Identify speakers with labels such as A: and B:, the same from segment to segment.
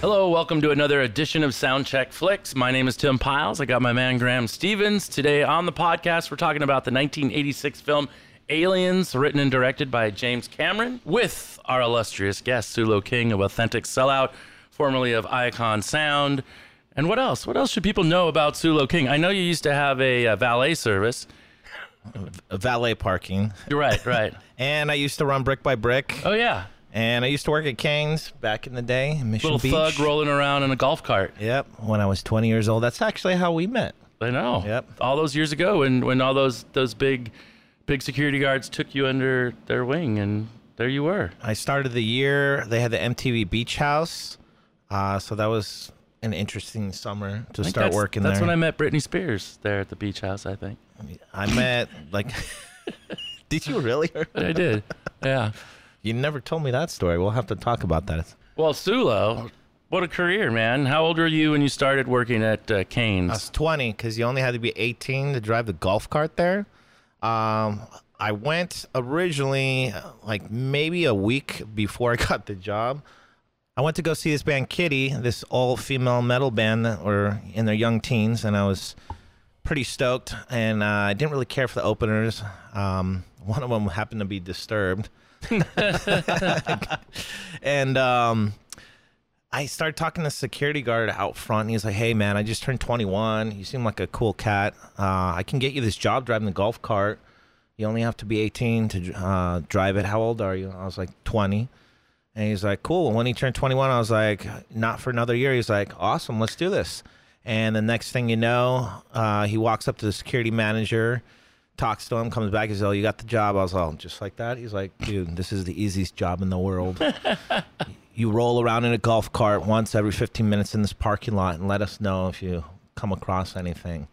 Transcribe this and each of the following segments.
A: Hello, welcome to another edition of Soundcheck Flicks. My name is Tim Piles. I got my man Graham Stevens. Today on the podcast, we're talking about the 1986 film Aliens, written and directed by James Cameron, with our illustrious guest, Sulo King of Authentic Sellout, formerly of Icon Sound. And what else? What else should people know about Sulo King? I know you used to have a, uh valet service.
B: valet parking.
A: You're right, right.
B: And I used to run brick by brick.
A: Oh, yeah.
B: And I used to work at Kane's back in the day, in Mission
A: Little
B: Beach.
A: thug rolling around in a golf cart.
B: Yep, when I was 20 years old. That's actually how we met.
A: I know.
B: Yep.
A: All those years ago, when when all those those big, big security guards took you under their wing, and there you were.
B: I started the year, they had the MTV Beach House. Uh, so that was an interesting summer to
A: I think
B: start
A: that's-
B: working
A: That's
B: there.
A: when I met Britney Spears there at the beach house. I think.
B: I met, like, did you really?
A: I did. yeah.
B: You never told me that story. We'll have to talk about that.
A: Well, Sulo, what a career, man! How old were you when you started working at uh, Canes?
B: I was 20 because you only had to be 18 to drive the golf cart there. Um, I went originally like maybe a week before I got the job. I went to go see this band Kitty, this all female metal band that were in their young teens, and I was pretty stoked. And uh, I didn't really care for the openers. Um, one of them happened to be disturbed. and um, I started talking to the security guard out front, and he's like, "Hey, man, I just turned 21. You seem like a cool cat. Uh, I can get you this job driving the golf cart. You only have to be 18 to uh, drive it. How old are you?" I was like, "20." And he's like, "Cool." When he turned 21, I was like, "Not for another year." He's like, "Awesome, let's do this." And the next thing you know, uh, he walks up to the security manager, talks to him, comes back. He's like, "You got the job." I was like, oh, "Just like that." He's like, "Dude, this is the easiest job in the world." you roll around in a golf cart once every 15 minutes in this parking lot and let us know if you come across anything.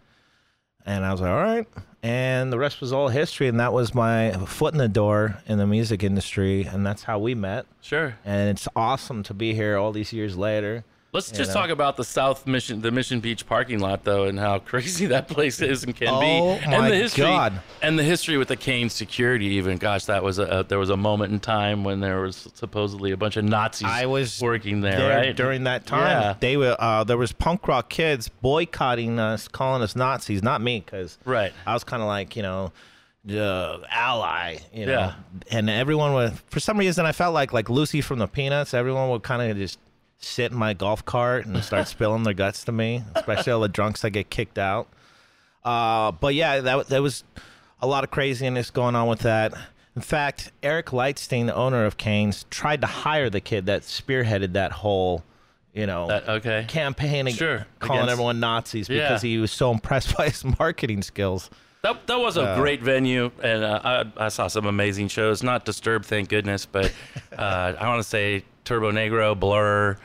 B: And I was like, all right. And the rest was all history. And that was my foot in the door in the music industry. And that's how we met.
A: sure.
B: And it's awesome to be here all these years later.
A: Let's just
B: know.
A: talk about the South Mission, the Mission Beach parking lot, though, and how crazy that place is and can
B: Oh,
A: be,
B: my
A: and the history,
B: God.
A: and the history with the Kane security. Even, gosh, that was a, a there was a moment in time when there was supposedly a bunch of Nazis.
B: I was
A: working there,
B: there
A: right
B: during that time.
A: Yeah.
B: They were uh, there was punk rock kids boycotting us, calling us Nazis. Not me, because
A: Right.
B: I was kind of like you know the ally, you know.
A: Yeah.
B: And everyone would, for some reason, I felt like like Lucy from the Peanuts. Everyone would kind of just sit in my golf cart and start spilling their guts to me, especially all the drunks that get kicked out. Uh, but yeah, that wa- that was a lot of craziness going on with that. In fact, Eric Lightstein, the owner of Canes, tried to hire the kid that spearheaded that whole, you know,
A: That- okay.
B: campaign, ag-
A: Sure,
B: calling
A: against-
B: everyone Nazis because
A: Yeah.
B: he was so impressed by his marketing skills.
A: That, that was a great venue, and uh, I, I saw some amazing shows. Not Disturbed, thank goodness, but uh, I want to say Turbo Negro, Blur.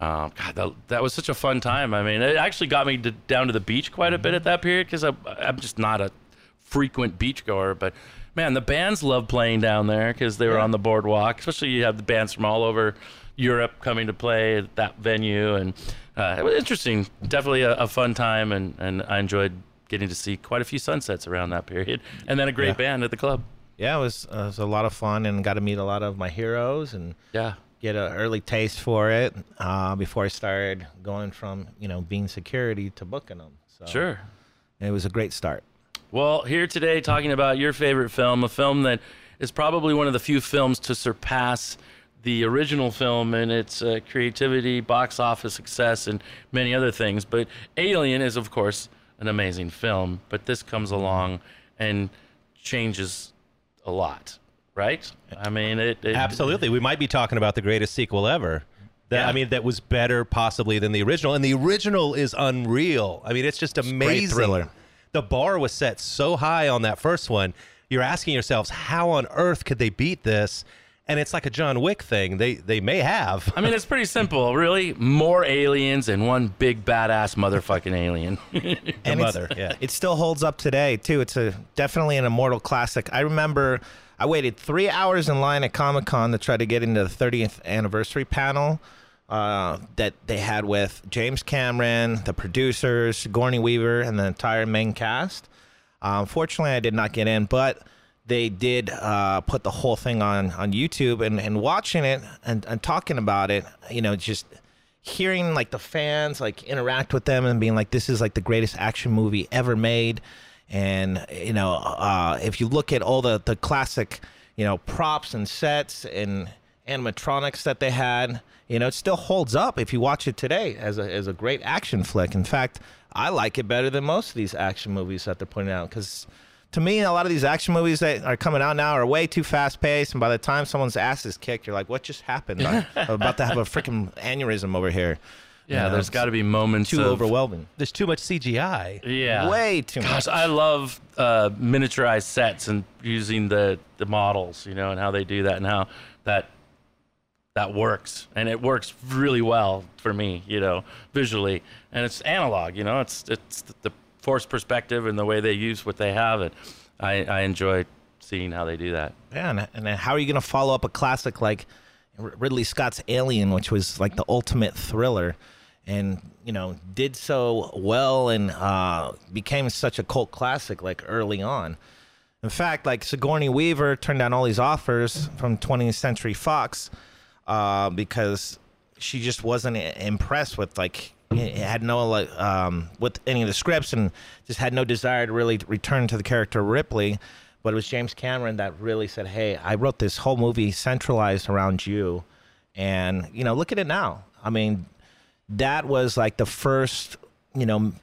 A: Um, God, that, that was such a fun time. I mean, it actually got me to, down to the beach quite a bit at that period because I'm just not a frequent beach goer. But man, the bands loved playing down there because they were on the boardwalk. Especially you have the bands from all over Europe coming to play at that venue, and uh, it was interesting. Definitely a, a fun time, and, and I enjoyed getting to see quite a few sunsets around that period, and then a great
B: Yeah.
A: band at the club.
B: Yeah, it was, uh, it was a lot of fun and got to meet a lot of my heroes and
A: Yeah.
B: get an early taste for it uh, before I started going from, you know, being security to booking them. So
A: Sure.
B: it was a great start.
A: Well, here today talking about your favorite film, a film that is probably one of the few films to surpass the original film in its uh, creativity, box office success, and many other things. But Alien is, of course, an amazing film, but this comes along and changes a lot, right? I mean, it. it
C: Absolutely. We might be talking about the greatest sequel ever. That,
A: Yeah.
C: I mean, that was better possibly than the original. And the original is unreal. I mean, it's just amazing.
B: thriller.
C: The bar was set so high on that first one. You're asking yourselves, how on earth could they beat this? And it's like a John Wick thing. They they may have.
A: I mean, it's pretty simple, really. More aliens and one big badass motherfucking alien.
C: The
B: And it's-
C: mother. Yeah.
B: It still holds up today too. It's a definitely an immortal classic. I remember I waited three hours in line at Comic Con to try to get into the 30th anniversary panel uh, that they had with James Cameron, the producers, Sigourney Weaver, and the entire main cast. Uh, Unfortunately, I did not get in, but they did uh, put the whole thing on on YouTube and and watching it and, and talking about it. You know, just hearing like the fans like interact with them and being like, this is like the greatest action movie ever made. And you know, uh, if you look at all the the classic, you know, props and sets and animatronics that they had, you know, it still holds up if you watch it today as a as a great action flick. In fact, I like it better than most of these action movies that they're putting out because to me, a lot of these action movies that are coming out now are way too fast paced. And by the time someone's ass is kicked, you're like, what just happened? I'm about to have a freaking aneurysm over here.
A: Yeah,
B: You know,
A: there's
B: it's
A: got to be moments
B: too
A: of,
B: overwhelming.
C: There's too much CGI.
A: Yeah,
B: Way too
A: Gosh,
B: much.
A: I love uh, miniaturized sets and using the the models, you know, and how they do that and how that that works, and it works really well for me, you know, visually. And it's analog, you know, it's it's the, the force perspective and the way they use what they have, and I I enjoy seeing how they do that.
B: Yeah, and, and then how are you going to follow up a classic like R- Ridley Scott's Alien, which was like the ultimate thriller, and you know did so well and uh, became such a cult classic like early on. In fact, like Sigourney Weaver turned down all these offers from 20th Century Fox uh, because she just wasn't i- impressed with like it had no like um, with any of the scripts and just had no desire to really return to the character Ripley. But it was James Cameron that really said, "Hey, I wrote this whole movie centralized around you," and you know, look at it now. I mean, that was like the first you know m-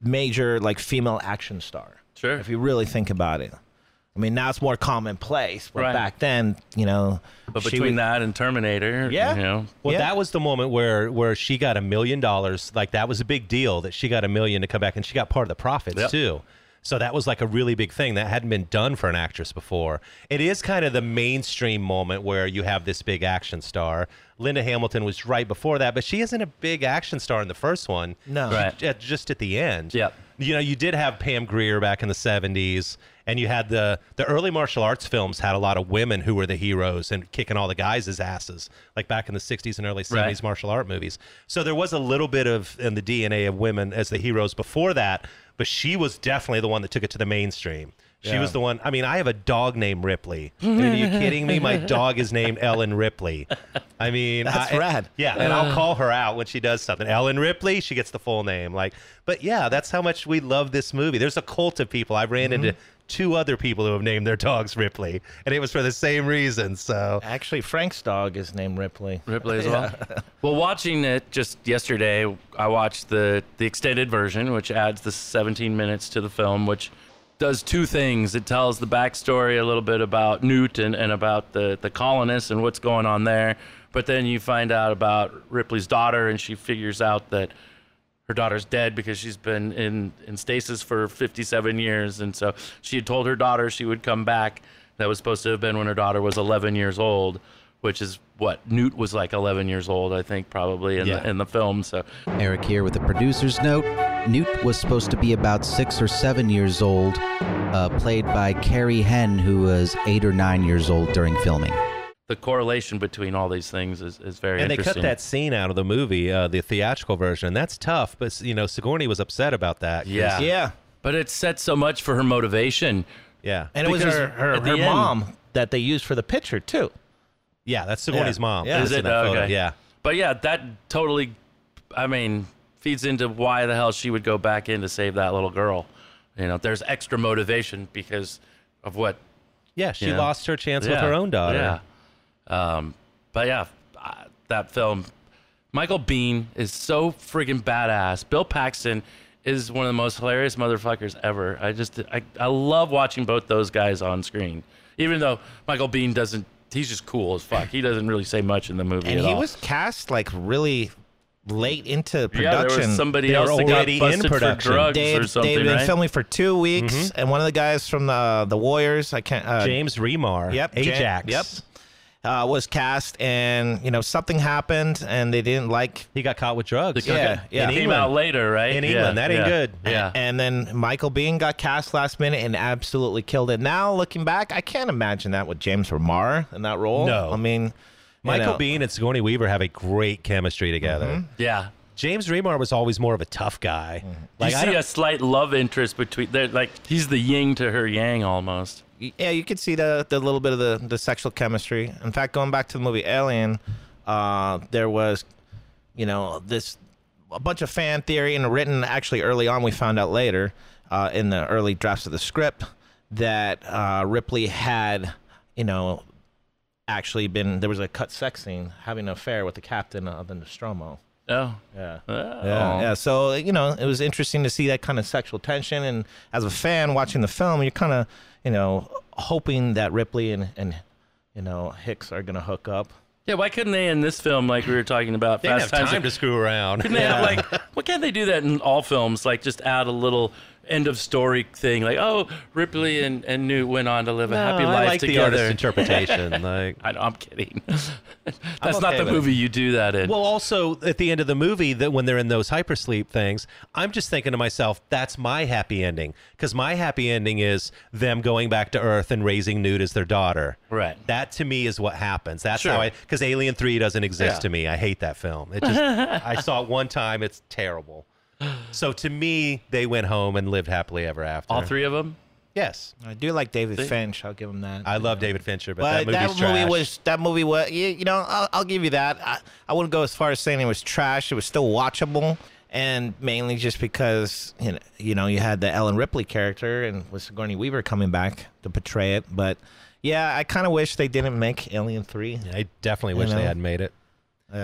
B: major like female action star.
A: Sure.
B: If you really think about it. I mean, now it's more commonplace, but
A: Right.
B: back then, you know,
A: But
B: she
A: between
B: would-
A: that and Terminator,
B: Yeah.
A: you know,
C: Well,
B: Yeah.
C: that was the moment where where she got a million dollars. Like that was a big deal that she got a million to come back, and she got part of the profits
A: Yep.
C: too. So that was like a really big thing that hadn't been done for an actress before. It is kind of the mainstream moment where you have this big action star. Linda Hamilton was right before that, but she isn't a big action star in the first one.
B: No.
A: Right.
C: She- at- just at the end.
A: Yep.
C: You know, you did have Pam Greer back in the 70s, and you had the the early martial arts films had a lot of women who were the heroes and kicking all the guys' asses, like back in the 60s and early 70s
A: Right.
C: martial art movies. So there was a little bit of in the DNA of women as the heroes before that, but she was definitely the one that took it to the mainstream. She was the one. I mean, I have a dog named Ripley. Dude, are you kidding me? My dog is named Ellen Ripley. I mean,
B: That's
C: I-
B: rad.
C: Yeah, and
B: Uh.
C: I'll call her out when she does something. Ellen Ripley, she gets the full name. Like, but yeah, that's how much we love this movie. There's a cult of people. I ran into two other people who have named their dogs Ripley, and it was for the same reason. So
B: Actually, Frank's dog is named Ripley.
A: Ripley as well. well, watching it just yesterday, I watched the the extended version, which adds the 17 minutes to the film, which does two things. It tells the backstory a little bit about Newt and, and about the, the colonists and what's going on there. But then you find out about Ripley's daughter, and she figures out that her daughter's dead because she's been in, in stasis for 57 years. And so she had told her daughter she would come back. That was supposed to have been when her daughter was 11 years old, which is what Newt was like 11 years old, I think, probably in,
C: Yeah.
A: the, in the film. So
D: Eric here with a producer's note. Newt was supposed to be about six or seven years old, uh, played by Carrie Henn, who was eight or nine years old during filming.
A: the correlation between all these things is, is very
C: and they cut
A: interesting.
C: that scene out of the movie, uh, the theatrical version. That's tough, but you know Sigourney was upset about that. 'cause-
A: Yeah.
B: Yeah.
A: But it said so much for her motivation.
C: yeah,
B: And it was
A: Because
B: her, her,
A: at the
B: her
A: end-
B: mom that they used for the picture, too.
C: yeah. That's Sigourney's
B: Yeah.
C: mom.
B: Yeah.
C: that's
A: Is
C: in
A: it?
C: that photo.
A: Okay.
C: Yeah.
A: But yeah, that totally, I mean, feeds into why the hell she would go back in to save that little girl. You know, there's extra motivation because of what
C: Yeah, she
A: Yeah.
C: lost her chance with her own daughter.
A: Yeah. Um, but yeah, uh, that film, Michael Bean is so freaking badass. Bill Paxton is one of the most hilarious motherfuckers ever. I just, I, I love watching both those guys on screen. Even though Michael Bean doesn't, he's just cool as fuck. He doesn't really say much in the movie
B: And
A: at
B: he
A: all.
B: was cast like really late into production.
A: yeah, there was somebody
C: They were
A: else that got
C: already in
A: busted for
C: production.
A: drugs
B: They had,
A: or
B: they had
A: something,
B: been
A: right? Mm-hmm.
B: filming for two weeks, and one of the guys from the the Warriors, I can't. Uh,
C: James Remar.
B: Yep, Ja-
C: Ajax.
B: yep. Uh, was cast, and you know something happened, and they didn't like.
C: He got caught with drugs.
B: Yeah, Okay. yeah.
C: In
B: In
A: Came
C: England.
A: out later, right?
C: In
A: Yeah,
C: England, that ain't
A: yeah,
C: good.
A: Yeah.
B: And then Michael Bean got cast last minute and absolutely killed it. Now looking back, I can't imagine that with James Remar in that role.
C: No.
B: I mean, you
C: Michael
B: know. Mm-hmm.
C: Bean and Sigourney Weaver have a great chemistry together.
A: yeah.
C: James Remar was always more of a tough guy. Like
A: you
C: I
A: see
C: don't-
A: a slight love interest between they're like he's the yin to her yang almost.
B: yeah, you could see the the little bit of the the sexual chemistry. In fact, going back to the movie Alien, uh, there was you know, this a bunch of fan theory and written actually early on. We found out later uh, in the early drafts of the script that uh, Ripley had, you know, actually been there was a cut sex scene having an affair with the captain of the Nostromo.
A: Oh.
B: Yeah.
A: Oh.
B: Yeah, yeah. So you know, it was interesting to see that kind of sexual tension, and as a fan watching the film, you're kind of you know hoping that Ripley and and you know Hicks are gonna hook up.
A: Yeah, Why couldn't they in this film, like we were talking about,
C: They didn't have
A: Fast
C: time
A: Times? at-
C: to screw around.
A: Couldn't they have like? Why can't they do that in all films? Like just add a little end of story thing, like oh, Ripley and, and Newt went on to live a happy
C: No, I
A: life
C: like the
A: together.
C: artist interpretation. like,
A: I know, I'm kidding. That's not
B: okay
A: the
B: with it.
A: movie you do that in.
C: well, also at the end of the movie, that when they're in those hypersleep things, I'm just thinking to myself, that's my happy ending because my happy ending is them going back to Earth and raising Newt as their daughter.
A: Right.
C: That to me is what happens. That's
A: Sure.
C: how I because Alien Three doesn't exist
A: Yeah.
C: to me. I hate that film. It just I saw it one time. It's terrible. So to me, they went home and lived happily ever after.
A: all three of them.
C: Yes.
B: I do like David Finch. I'll give him that.
C: I love David Fincher, but,
B: but
C: that movie's
B: that movie
C: trash.
B: was that movie was you, you know I'll, I'll give you that. I, I wouldn't go as far as saying it was trash. It was still watchable, and mainly just because you know you know you had the Ellen Ripley character and with Sigourney Weaver coming back to portray it. But yeah, I kind of wish they didn't make Alien Three.
C: I definitely wish
B: know?
C: they had made it.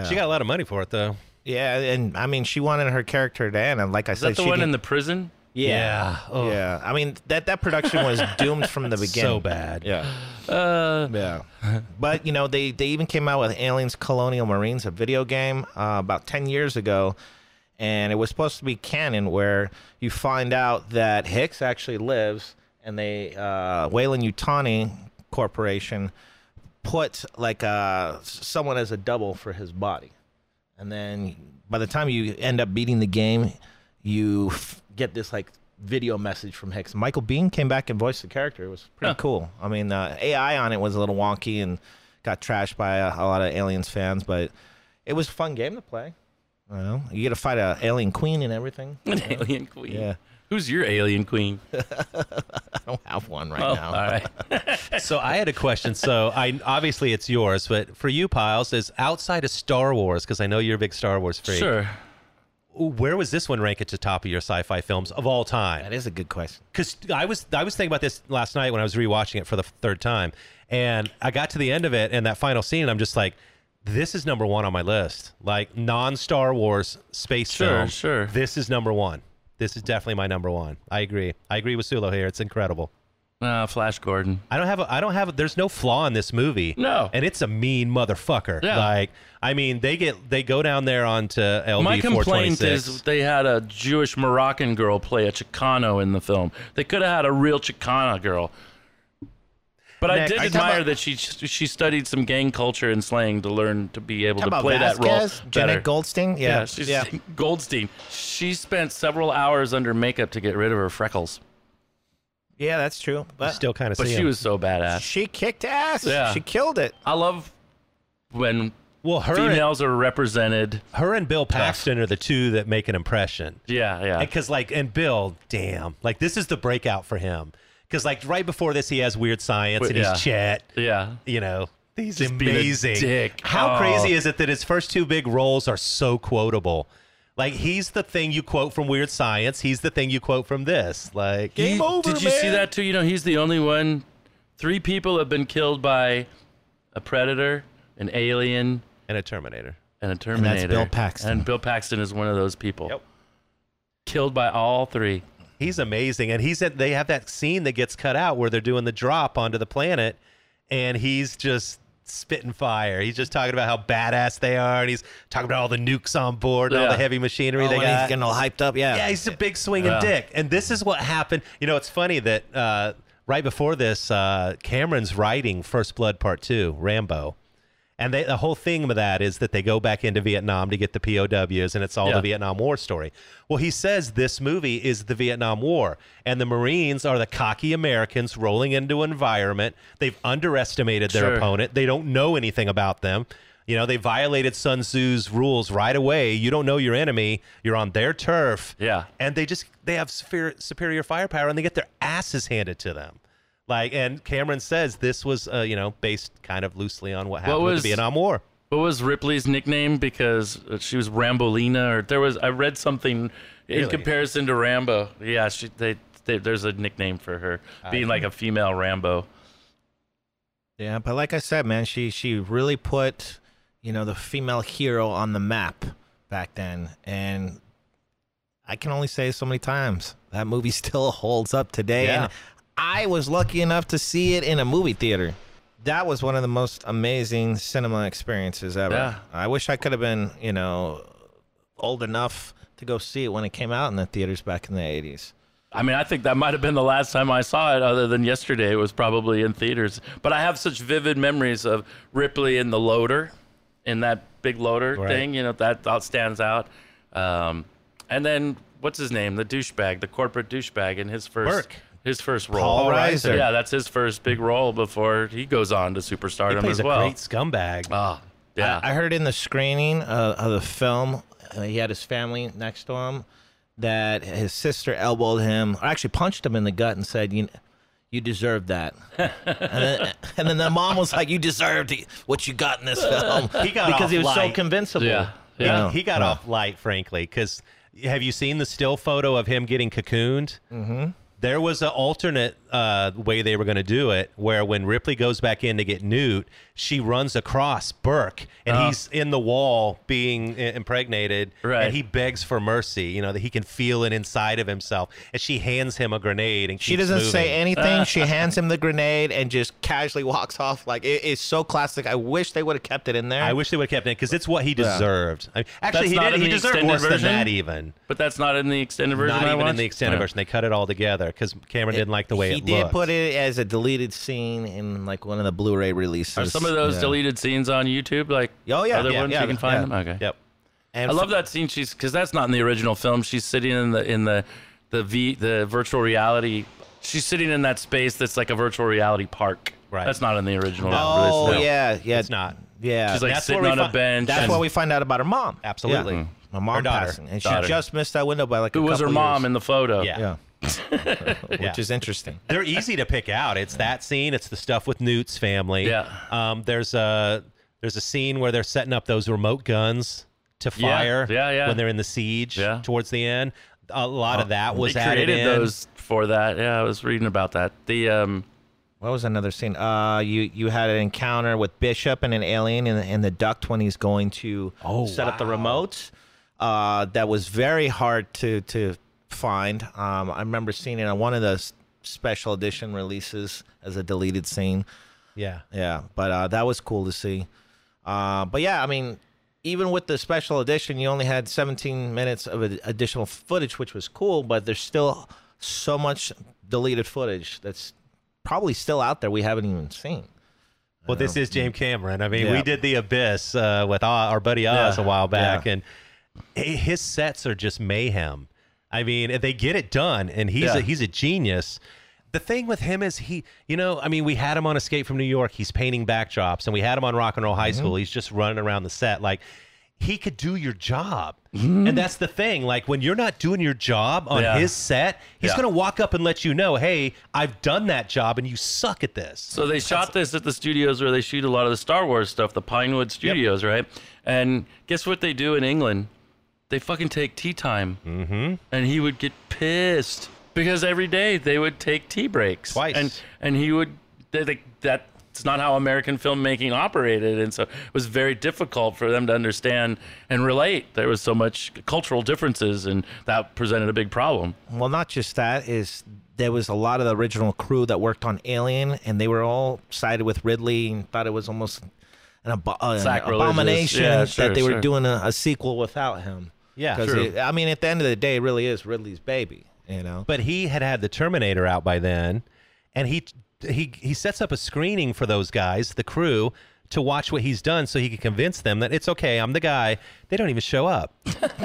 C: She got a lot of money for it though.
B: Yeah, and I mean she wanted her character to end, and like I
A: Is
B: said,
A: that the
B: she
A: one
B: did-
A: in the prison?
B: yeah.
C: Oh,
B: Yeah, I mean that that production was doomed from the beginning.
C: so bad.
B: Yeah.
A: Uh,
B: Yeah. but, you know, they, they even came out with Aliens Colonial Marines, a video game uh, about 10 years ago. And it was supposed to be canon where you find out that Hicks actually lives and they, uh, Wayland Utani Corporation put like uh, s- someone as a double for his body. And then by the time you end up beating the game, you f- get this like video message from Hicks. Michael Bean came back and voiced the character. It was pretty
A: Huh.
B: cool. I mean, uh, AI on it was a little wonky and got trashed by a, a lot of Aliens fans, but it was a fun game to play. You know, you get to fight a alien queen and everything.
A: an alien queen.
B: Yeah.
A: Who's your alien queen?
B: I don't have one right
A: Oh,
B: now.
A: all right.
C: So I had a question. So I obviously it's yours, but for you, Piles, is outside of Star Wars because I know you're a big Star Wars freak.
A: Sure.
C: Where was this one rank at the top of your sci-fi films of all time?
B: That is a good question.
C: because I was I was thinking about this last night when I was rewatching it for the third time, and I got to the end of it and that final scene, and I'm just like, this is number one on my list. Like non Star Wars space
A: Sure,
C: film.
A: sure.
C: This is number one. This is definitely my number one. I agree. I agree with Sulo here. It's incredible.
A: Uh, Flash Gordon.
C: I don't have a, I don't have a, there's no flaw in this movie.
A: No.
C: And it's a mean motherfucker.
A: Yeah.
C: Like I mean they get they go down there onto LB
A: My complaint
C: 426.
A: is they had a Jewish Moroccan girl play a Chicano in the film. They could have had a real Chicana girl. But I
B: Nick,
A: did
B: are you talking
A: admire
B: about-
A: that she she studied some gang culture and slang to learn to be able to
B: How about
A: play
B: Vasquez,
A: that role better.
B: Janet Goldstein? Yeah.
A: yeah, she's Goldstein. She spent several hours under makeup to get rid of her freckles,
B: Yeah, that's true. But
C: still kind of
A: but she was so badass.
B: she kicked ass.
A: Yeah.
B: She killed it.
A: I love when
C: well her
A: females are represented.
C: her and Bill Paxton are the two that make an impression.
A: Yeah, yeah.
C: Because like, and Bill, damn, like this is the breakout for him. Because like right before this, he has weird science and
A: yeah.
C: he's chat.
A: yeah.
C: You know, he's
A: Just being a
C: amazing.
A: dick.
C: How
A: Oh.
C: crazy is it that his first two big roles are so quotable? Like he's the thing you quote from Weird Science. He's the thing you quote from this. Like
B: Game
A: You-
B: over,
A: Did you see
B: man.
A: that too? You know, he's the only one. Three people have been killed by a predator, an alien,
C: and a Terminator.
A: and a Terminator.
B: Bill Paxton.
A: And Bill Paxton is one of those people.
C: Yep.
A: Killed by all three.
C: He's amazing, and he's at, they have that scene that gets cut out where they're doing the drop onto the planet, and he's just spitting fire. He's just talking about how badass they are, and he's talking about all the nukes on board and all
A: Yeah.
C: the heavy machinery
B: Oh,
C: they
B: and he's
C: got.
B: getting all hyped up. Yeah.
C: yeah, he's a big swinging dick, and this is what happened. You know, it's funny that uh, right before this, uh, Cameron's writing First Blood Part Two, Rambo. And they, the whole thing of that is that they go back into Vietnam to get the POWs, and it's all
A: Yeah.
C: the Vietnam War story. Well, he says this movie is the Vietnam War, and the Marines are the cocky Americans rolling into an environment. They've underestimated their
A: Sure.
C: opponent. They don't know anything about them. You know, they violated Sun Tzu's rules right away. You don't know your enemy. You're on their turf.
A: Yeah.
C: And they just they have superior, superior firepower, and they get their asses handed to them. Like, and Cameron says this was, uh, you know, based kind of loosely on what happened with
A: was-
C: the Vietnam War.
A: what was Ripley's nickname? Because she was Rambolina, or there was I read something in comparison to Rambo. Yeah, she, they, they, there's a nickname for her being like a female Rambo.
B: Yeah, but like I said, man, she she really put you know the female hero on the map back then, and I can only say so many times that movie still holds up today.
C: Yeah.
B: And I was lucky enough to see it in a movie theater. That was one of the most amazing cinema experiences ever.
A: Yeah.
B: I wish I could have been you know old enough to go see it when it came out in the theaters back in the eighties.
A: I mean, I think that might have been the last time I saw it, other than yesterday. It was probably in theaters. But I have such vivid memories of Ripley in the loader, in that big loader thing. You know, that, that stands out. Um, and then what's his name? The douchebag, the corporate douchebag, in his first
C: Burke.
A: his first role.
B: Paul Reiser.
A: Yeah, that's his first big role before he goes on to
C: He
A: superstardom
C: plays
A: as
C: a
A: well.
C: great scumbag.
A: Ah, yeah.
B: I, I heard in the screening uh, of the film, uh, he had his family next to him, that his sister elbowed him, or actually punched him in the gut and said, you, you deserve that. and, then, and then the mom was like, you deserved it, what you got in this film.
C: He got
B: because he
C: off
B: was so
C: light.
B: convincible.
A: Yeah.
B: you
A: Yeah.
B: know?
C: he got
B: Yeah.
C: off light, frankly, because have you seen the still photo of him getting cocooned? Mm-hmm. There was an alternate uh, way they were going to do it, where when Ripley goes back in to get Newt, she runs across Burke, and he's in the wall being i- impregnated,
A: Right.
C: and he begs for mercy. You know that he can feel it inside of himself, and she hands him a grenade, and
B: She
C: keeps
B: doesn't say
C: moving.
B: anything. she hands him the grenade and just casually walks off. Like it is so classic. I wish they would have kept it in there.
C: I wish they would have kept it because it's what he deserved. I mean,
A: That's
C: actually, he
A: not
C: did.
A: in
C: He
A: the
C: deserved
A: extended
C: worse
A: version?
C: than that, even.
A: but that's not in the extended version.
C: Not
A: I
C: even in
A: watched?
C: the extended
A: Yeah.
C: version. They cut it all together because Cameron didn't like the way
B: he
C: it
B: did
C: looked.
B: put it as a deleted scene in like one of the Blu-ray releases.
A: Are some of those
B: Yeah.
A: deleted scenes on YouTube? Like
B: Oh, yeah,
A: other
B: yeah,
A: ones
B: yeah,
A: you can find
B: yeah.
A: them. Okay.
C: Yep.
B: And
A: I love that scene. She's because that's not in the original film. She's sitting in the in the the v, the virtual reality. She's sitting in that space that's like a virtual reality park.
C: Right.
A: That's not in the original. release,
B: Oh
A: no.
B: yeah, yeah.
C: It's not.
B: Yeah.
A: She's like
C: That's
A: sitting
C: where
A: on
C: we
A: a
C: fi-
A: bench.
B: that's
A: and-
B: what we find out about her mom.
C: Absolutely.
B: Yeah. My mom
C: Her daughter.
B: passing, and
A: Daughter.
B: she just missed that window by like
A: Who
B: a
A: was her
B: couple
A: mom
B: years.
A: in the photo?
C: Yeah.
B: yeah. Which
C: Yeah.
B: is interesting.
C: They're easy to pick out. It's that scene. It's the stuff with Newt's family.
A: Yeah.
C: Um, there's a there's a scene where they're setting up those remote guns to
A: Yeah,
C: fire.
A: yeah, yeah.
C: When they're in the siege.
A: Yeah. Uh,
C: Towards the end, a lot of that was
A: they
C: added
A: created
C: in.
A: those for that. Yeah, I was reading about that. The um,
B: What was another scene? Uh, you you had an encounter with Bishop and an alien in the, in the duct when he's going to
C: Oh,
B: set up the
C: wow.
B: remotes. Uh, that was very hard to to find. Um, I remember seeing it on one of the s- special edition releases as a deleted scene.
C: Yeah.
B: Yeah, but uh, that was cool to see. Uh, but yeah, I mean, even with the special edition, you only had 17 minutes of ad- additional footage, which was cool. But there's still so much deleted footage that's probably still out there we haven't even seen.
C: Well,
A: Uh,
C: this is James Cameron. I mean,
B: Yeah.
C: we did the Abyss uh, with Oz, our buddy Oz
A: Yeah.
C: a while back, and hi- his sets are just mayhem. I mean, they get it done, and he's
A: Yeah.
C: a, he's a genius. The thing with him is he, you know, I mean, we had him on Escape from New York. He's painting backdrops, and we had him on Rock and Roll High
A: Mm-hmm.
C: School. He's just running around the set like he could do your job. And that's the thing. Like when you're not doing your job on
A: Mm-hmm. Yeah.
C: his set, he's
A: Yeah.
C: going to walk up and let you know, "Hey, I've done that job, and you suck at this."
A: So they shot this at the studios where they shoot a lot of the Star Wars stuff, the Pinewood Studios, right? And guess what they do in England? They fucking take tea time. Mm-hmm. And he would get pissed because every day they would take tea breaks
C: Twice.
A: And and he would they, they, that's not how American filmmaking operated, and so it was very difficult for them to understand and relate. There was so much cultural differences, and that presented a big problem.
B: Well, not just that is there was a lot of the original crew that worked on Alien, and they were all sided with Ridley and thought it was almost an, ab- uh, an
A: Sacrilegious.
B: abomination
A: Yeah, sure,
B: that they were
A: sure.
B: doing a, a sequel without him.
C: Yeah.
B: 'Cause
A: True.
B: it- I mean, at the end of the day, it really is Ridley's baby. You know,
C: but he had had the Terminator out by then, and he he he sets up a screening for those guys, the crew, to watch what he's done, so he could convince them that it's okay. I'm the guy. They don't even show up.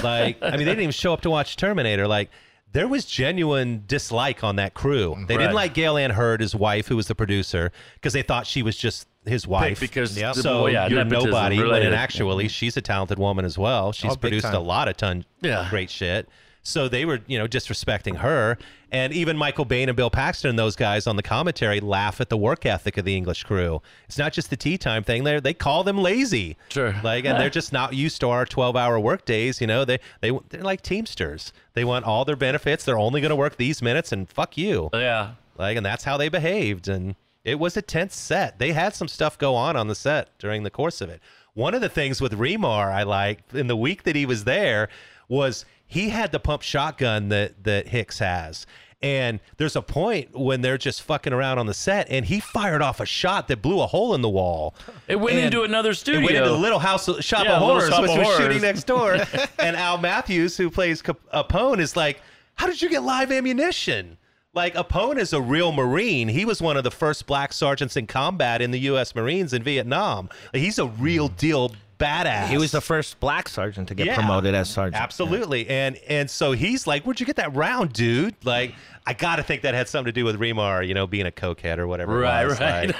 C: like I mean, they didn't even show up to watch Terminator. Like. There was genuine dislike on that crew. They
A: Right.
C: didn't like Gail Ann Hurd, his wife, who was the producer, because they thought she was just his wife.
A: because the-
C: so
A: well, yeah,
C: you're
A: nepotism
C: nobody. When
A: related.
C: and actually, she's a talented woman as well. She's
B: big
C: produced
B: time.
C: a lot of ton
A: Yeah.
C: great shit. So they were, you know, disrespecting her. And even Michael Bain and Bill Paxton and those guys on the commentary laugh at the work ethic of the English crew. It's not just the tea time thing. They they call them lazy.
A: Sure.
C: Like, and they're just not used to our 12-hour work days. You know, they they they're like teamsters. They want all their benefits. They're only going to work these minutes, and fuck you.
A: Yeah.
C: Like, and that's how they behaved. And it was a tense set. They had some stuff go on on the set during the course of it. One of the things with Remar I liked in the week that he was there was he had the pump shotgun that that Hicks has. And there's a point when they're just fucking around on the set, and he fired off a shot that blew a hole in the wall.
A: It went
C: And
A: into another
C: It went into
A: studio.
C: Little House Shop
A: Yeah,
C: of
A: Little
C: Horrors,
A: Shop
C: which
A: of
C: was
A: Horrors.
C: shooting next door. and Al Matthews, who plays Cap- Capone, is like, "How did you get live ammunition?" Like Capone is a real Marine. He was one of the first black sergeants in combat in the U.S. Marines in Vietnam. He's a real deal badass.
B: He was the first black sergeant to get
C: Yeah.
B: promoted as sergeant.
C: Absolutely. And and so he's like, Where'd you get that round, dude? Like, I gotta think that had something to do with Remar, you know, being a cokehead or whatever.
A: Right,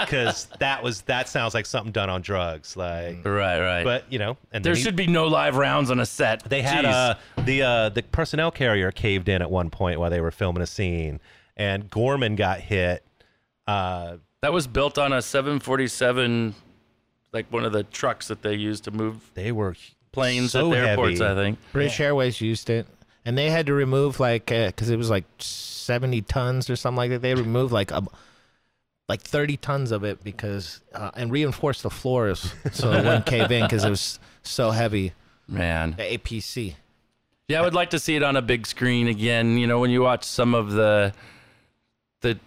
C: Because that was that sounds like something done on drugs. Like
A: right, right.
C: but you know, and
A: there
C: then he-
A: should be no live rounds on a set.
C: they had
A: Jeez.
C: uh, the uh, the personnel carrier caved in at one point while they were filming a scene, and Gorman got hit. Uh,
A: that was built on a 747, like one of the trucks that they used to move
C: they were
A: planes
C: so
A: at the airports.
C: heavy.
A: I think.
B: British Airways used it, and they had to remove like because it was like seventy tons or something like that. They removed like a, like thirty tons of it because uh, and reinforced the floors so it wouldn't cave in because it was so heavy.
A: Man.
B: The APC.
A: Yeah, I would like to see it on a big screen again. You know, when you watch some of the the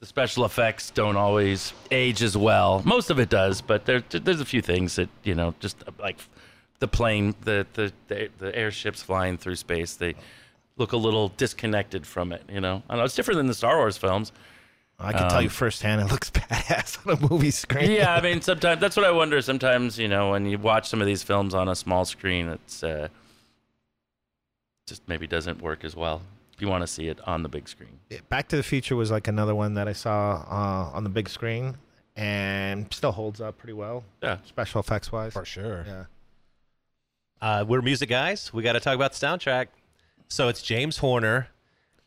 A: the special effects don't always age as well. Most of it does, but there there's a few things that you know, just like the plane, the the the, the airships flying through space, they look a little disconnected from it. You know, I don't know it's different than the Star Wars films.
B: I can tell you firsthand, it looks badass on a movie screen.
A: yeah, I mean, sometimes that's what I wonder. Sometimes you know, when you watch some of these films on a small screen, it's uh, just maybe doesn't work as well. You want to see it on the big screen.
B: Back to the Future was like another one that I saw uh, on the big screen and still holds up pretty well,
A: Yeah,
B: special effects wise.
C: sure.
B: Yeah.
C: Uh, we're music guys. We got to talk about the soundtrack. So it's James Horner.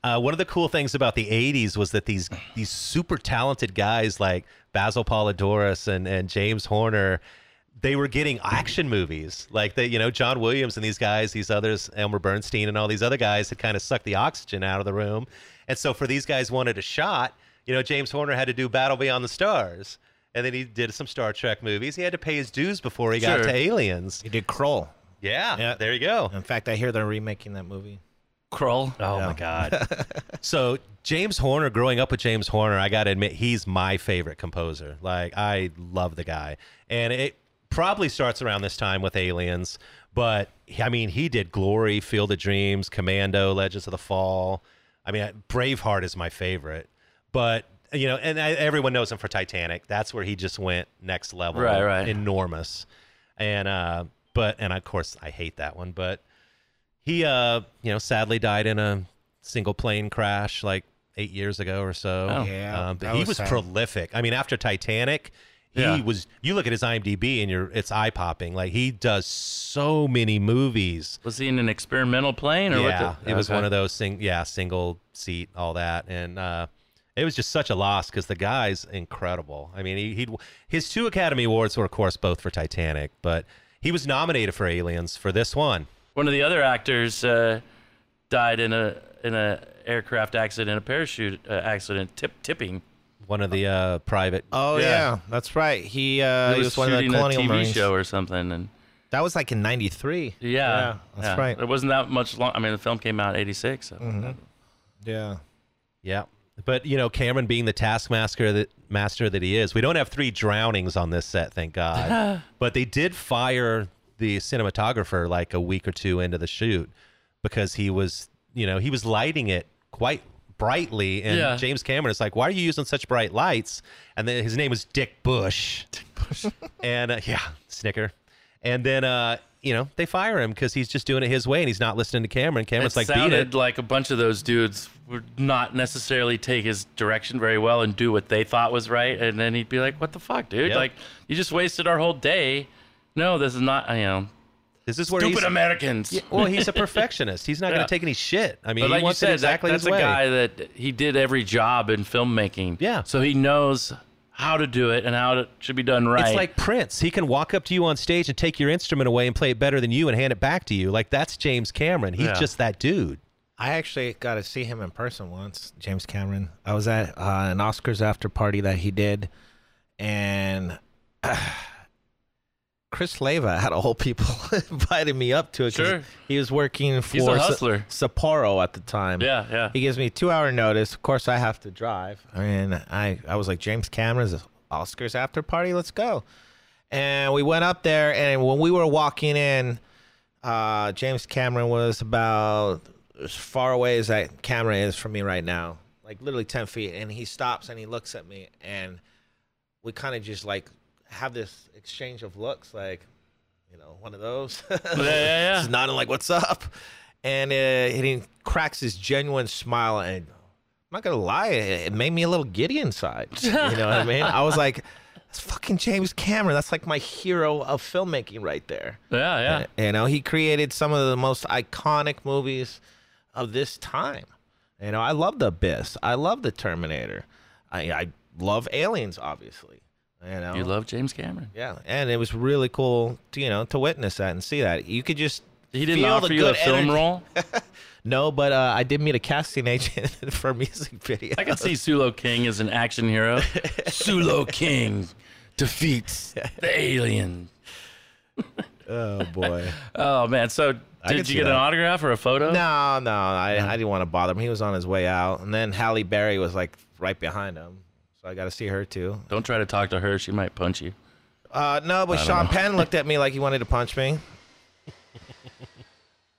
C: Uh, one of the cool things about the '80s was that these these super talented guys like Basil Polidorus and and James Horner, they were getting action movies like they you know John Williams and these guys, these others, Elmer Bernstein and all these other guys had kind of sucked the oxygen out of the room, and so for these guys wanted a shot. You know, James Horner had to do Battle Beyond the Stars, and then he did some Star Trek movies. He had to pay his dues before he got
A: Sure.
C: to Aliens.
B: He did Kroll.
C: Yeah,
B: Yeah.
C: there you go.
B: In fact, I hear they're remaking that movie.
A: Krull.
C: Oh my god. so James Horner, growing up with James Horner, I gotta admit he's my favorite composer. Like I love the guy, and it probably starts around this time with Aliens. But I mean, he did Glory, Field of Dreams, Commando, Legends of the Fall. I mean, Braveheart is my favorite, but. You know, and I, everyone knows him for Titanic. That's where he just went next level,
A: Right, right.
C: enormous. And uh, but and of course I hate that one, but he uh you know sadly died in a single plane crash like eight years ago or so
A: Oh.
B: Yeah,
C: um, but
B: that
C: he
B: was
C: was,
B: sad.
C: prolific i mean after titanic he
A: Yeah.
C: was you look at his imdb and you're it's eye popping like he does so many movies
A: Was he in an experimental plane or what?
C: yeah
A: the-
C: it was
A: Okay.
C: one of those sing yeah single seat all that and uh it was just such a loss because the guy's incredible. I mean, he, he'd his two Academy Awards were, of course, both for Titanic, but he was nominated for Aliens for this one.
A: One of the other actors uh, died in a in a aircraft accident, a parachute uh, accident, tip tipping.
C: One of the uh, private
B: Oh yeah,
A: Yeah.
B: that's right. He, uh,
A: He
B: was, one of the
A: shooting a
B: Colonial
A: TV
B: Marines.
A: show or something, and
B: That was like in '93.
A: yeah,
B: that's
A: yeah.
B: right.
A: It wasn't that much long. I mean, the film came out in '86. So.
B: Yeah,
C: Yeah. But you know, Cameron being the taskmaster that master that he is, we don't have three drownings on this set, thank
B: Mm-hmm.
C: God. but they did fire the cinematographer like a week or two into the shoot because he was, you know, he was lighting it quite brightly and
A: Yeah.
C: James Cameron is like, "Why are you using such bright lights?" And then his name was Dick Bush. Dick Bush. and uh, yeah, snicker. And then uh, you know, they fire him cuz he's just doing it his way and he's not listening to Cameron. Cameron's
A: it
C: like, "Beat
A: sounded
C: it."
A: like a bunch of those dudes would not necessarily take his direction very well and do what they thought was right, and then he'd be like, "What the fuck, dude?
C: Yep.
A: Like, you just wasted our whole day." No, this is not. You know,
C: This is where
A: Stupid
C: he's.
A: Americans.
C: Yeah, well, he's a perfectionist. He's not going
A: Yeah.
C: to take any shit. I mean,
A: But
C: he
A: like you
C: wants
A: said,
C: it exactly
A: that, that's
C: his way.
A: a guy that he did every job in filmmaking.
C: Yeah.
A: So he knows how to do it and how it should be done right.
C: It's like Prince. He can walk up to you on stage and take your instrument away and play it better than you and hand it back to you. Like that's James Cameron. He's
A: Yeah.
C: just that dude.
B: I actually got to see him in person once, James Cameron. I was at uh, an Oscars after party that he did, and Chris Leva had a whole people invited me up to it. 'cause
A: Sure.
B: He was working for
A: a
B: Sa-
A: hustler.
B: Sapporo at the time.
A: yeah, yeah.
B: He gives me two hour notice. Of course, I have to drive. And I, I was like, James Cameron's Oscars after party. Let's go. And we went up there. And when we were walking in, uh, James Cameron was about as far away as that camera is from me right now, like literally 10 feet. And he stops and he looks at me. And we kind of just like have this exchange of looks, like, you know, one of those.
A: yeah, yeah.
B: Just nodding, like, what's up? And, uh, and he cracks his genuine smile. And I'm not going to lie, it it made me a little giddy inside. You know what I mean? I was like, that's fucking James Cameron. That's like my hero of filmmaking right there. Uh,
A: yeah, yeah.
B: You know, he created some of the most iconic movies of this time. You know, I love The Abyss. I love The Terminator. I, I love Aliens, obviously. You know,
A: You love James Cameron.
B: yeah, and it was really cool, to, you know, to witness that and see that. You could just
A: He didn't
B: feel the
A: offer you a
B: good
A: film
B: energy.
A: role.
B: No, but uh, I did meet a casting agent for a music video.
A: I can see Sulo King as an action hero. Sulo King defeats the alien.
B: Oh boy.
A: Oh man! So
B: can
A: did
B: see
A: you get
B: that.
A: an autograph or a photo?
B: No, no, I, I didn't want to bother him. He was on his way out, and then Halle Berry was like right behind him, so I got to see her too.
A: Don't try to talk to her. She might punch you.
B: Uh, no, but Sean Penn looked at me like he wanted to punch me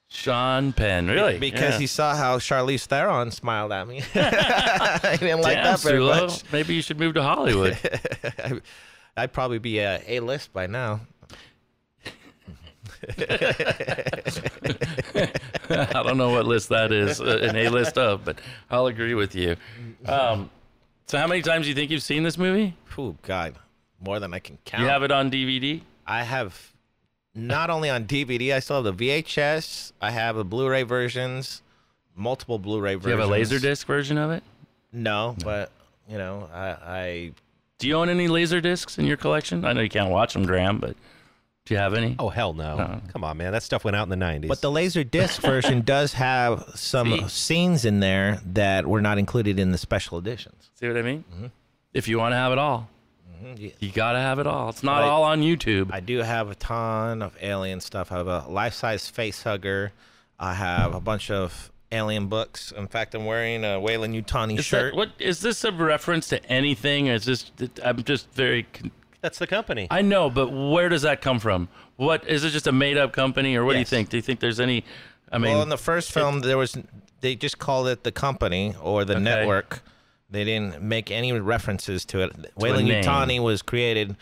A: Sean Penn, really?
B: because
A: Yeah.
B: he saw how Charlize Theron smiled at me. I didn't like
A: Damn,
B: that very
A: Sulo.
B: much.
A: Maybe you should move to Hollywood.
B: I'd probably be a A list by now.
A: I don't know what list that is, uh, an A list of, but I'll agree with you. Um, so, how many times do you think you've seen this movie?
B: Oh God, more than I can count.
A: You have it on DVD?
B: I have not only on DVD. I still have the VHS. I have the Blu-ray versions, multiple Blu-ray
A: Do you
B: versions.
A: have a Laserdisc version of it?
B: No, but you know, I, I
A: Do you own any Laserdiscs in your collection? I know you can't watch them, Graham, but do you have any?
C: Oh hell no! Come on, man. That stuff went out in the nineties.
B: But the laser disc version does have some
A: See?
B: scenes in there that were not included in the special editions.
A: See what I mean?
B: Mm-hmm.
A: If you want to have it all, you got to have it all. It's not
B: I-
A: all on YouTube.
B: Mm-hmm, I do have a ton of alien stuff. I have a life size face hugger. I have a bunch of alien books. In fact, I'm wearing a Wayland Utani
A: is
B: shirt.
A: That, what is this a reference to anything? Or is this? I'm just very. con-
C: that's the company.
A: I know, but where does that come from? What is it? Just a made up company, or what do you
B: Yes.
A: think? Do you think there's any? I mean,
B: well, in the first film, there was they just called it the company or the network. They didn't make any references to it. Wayland
A: name.
B: Utani was created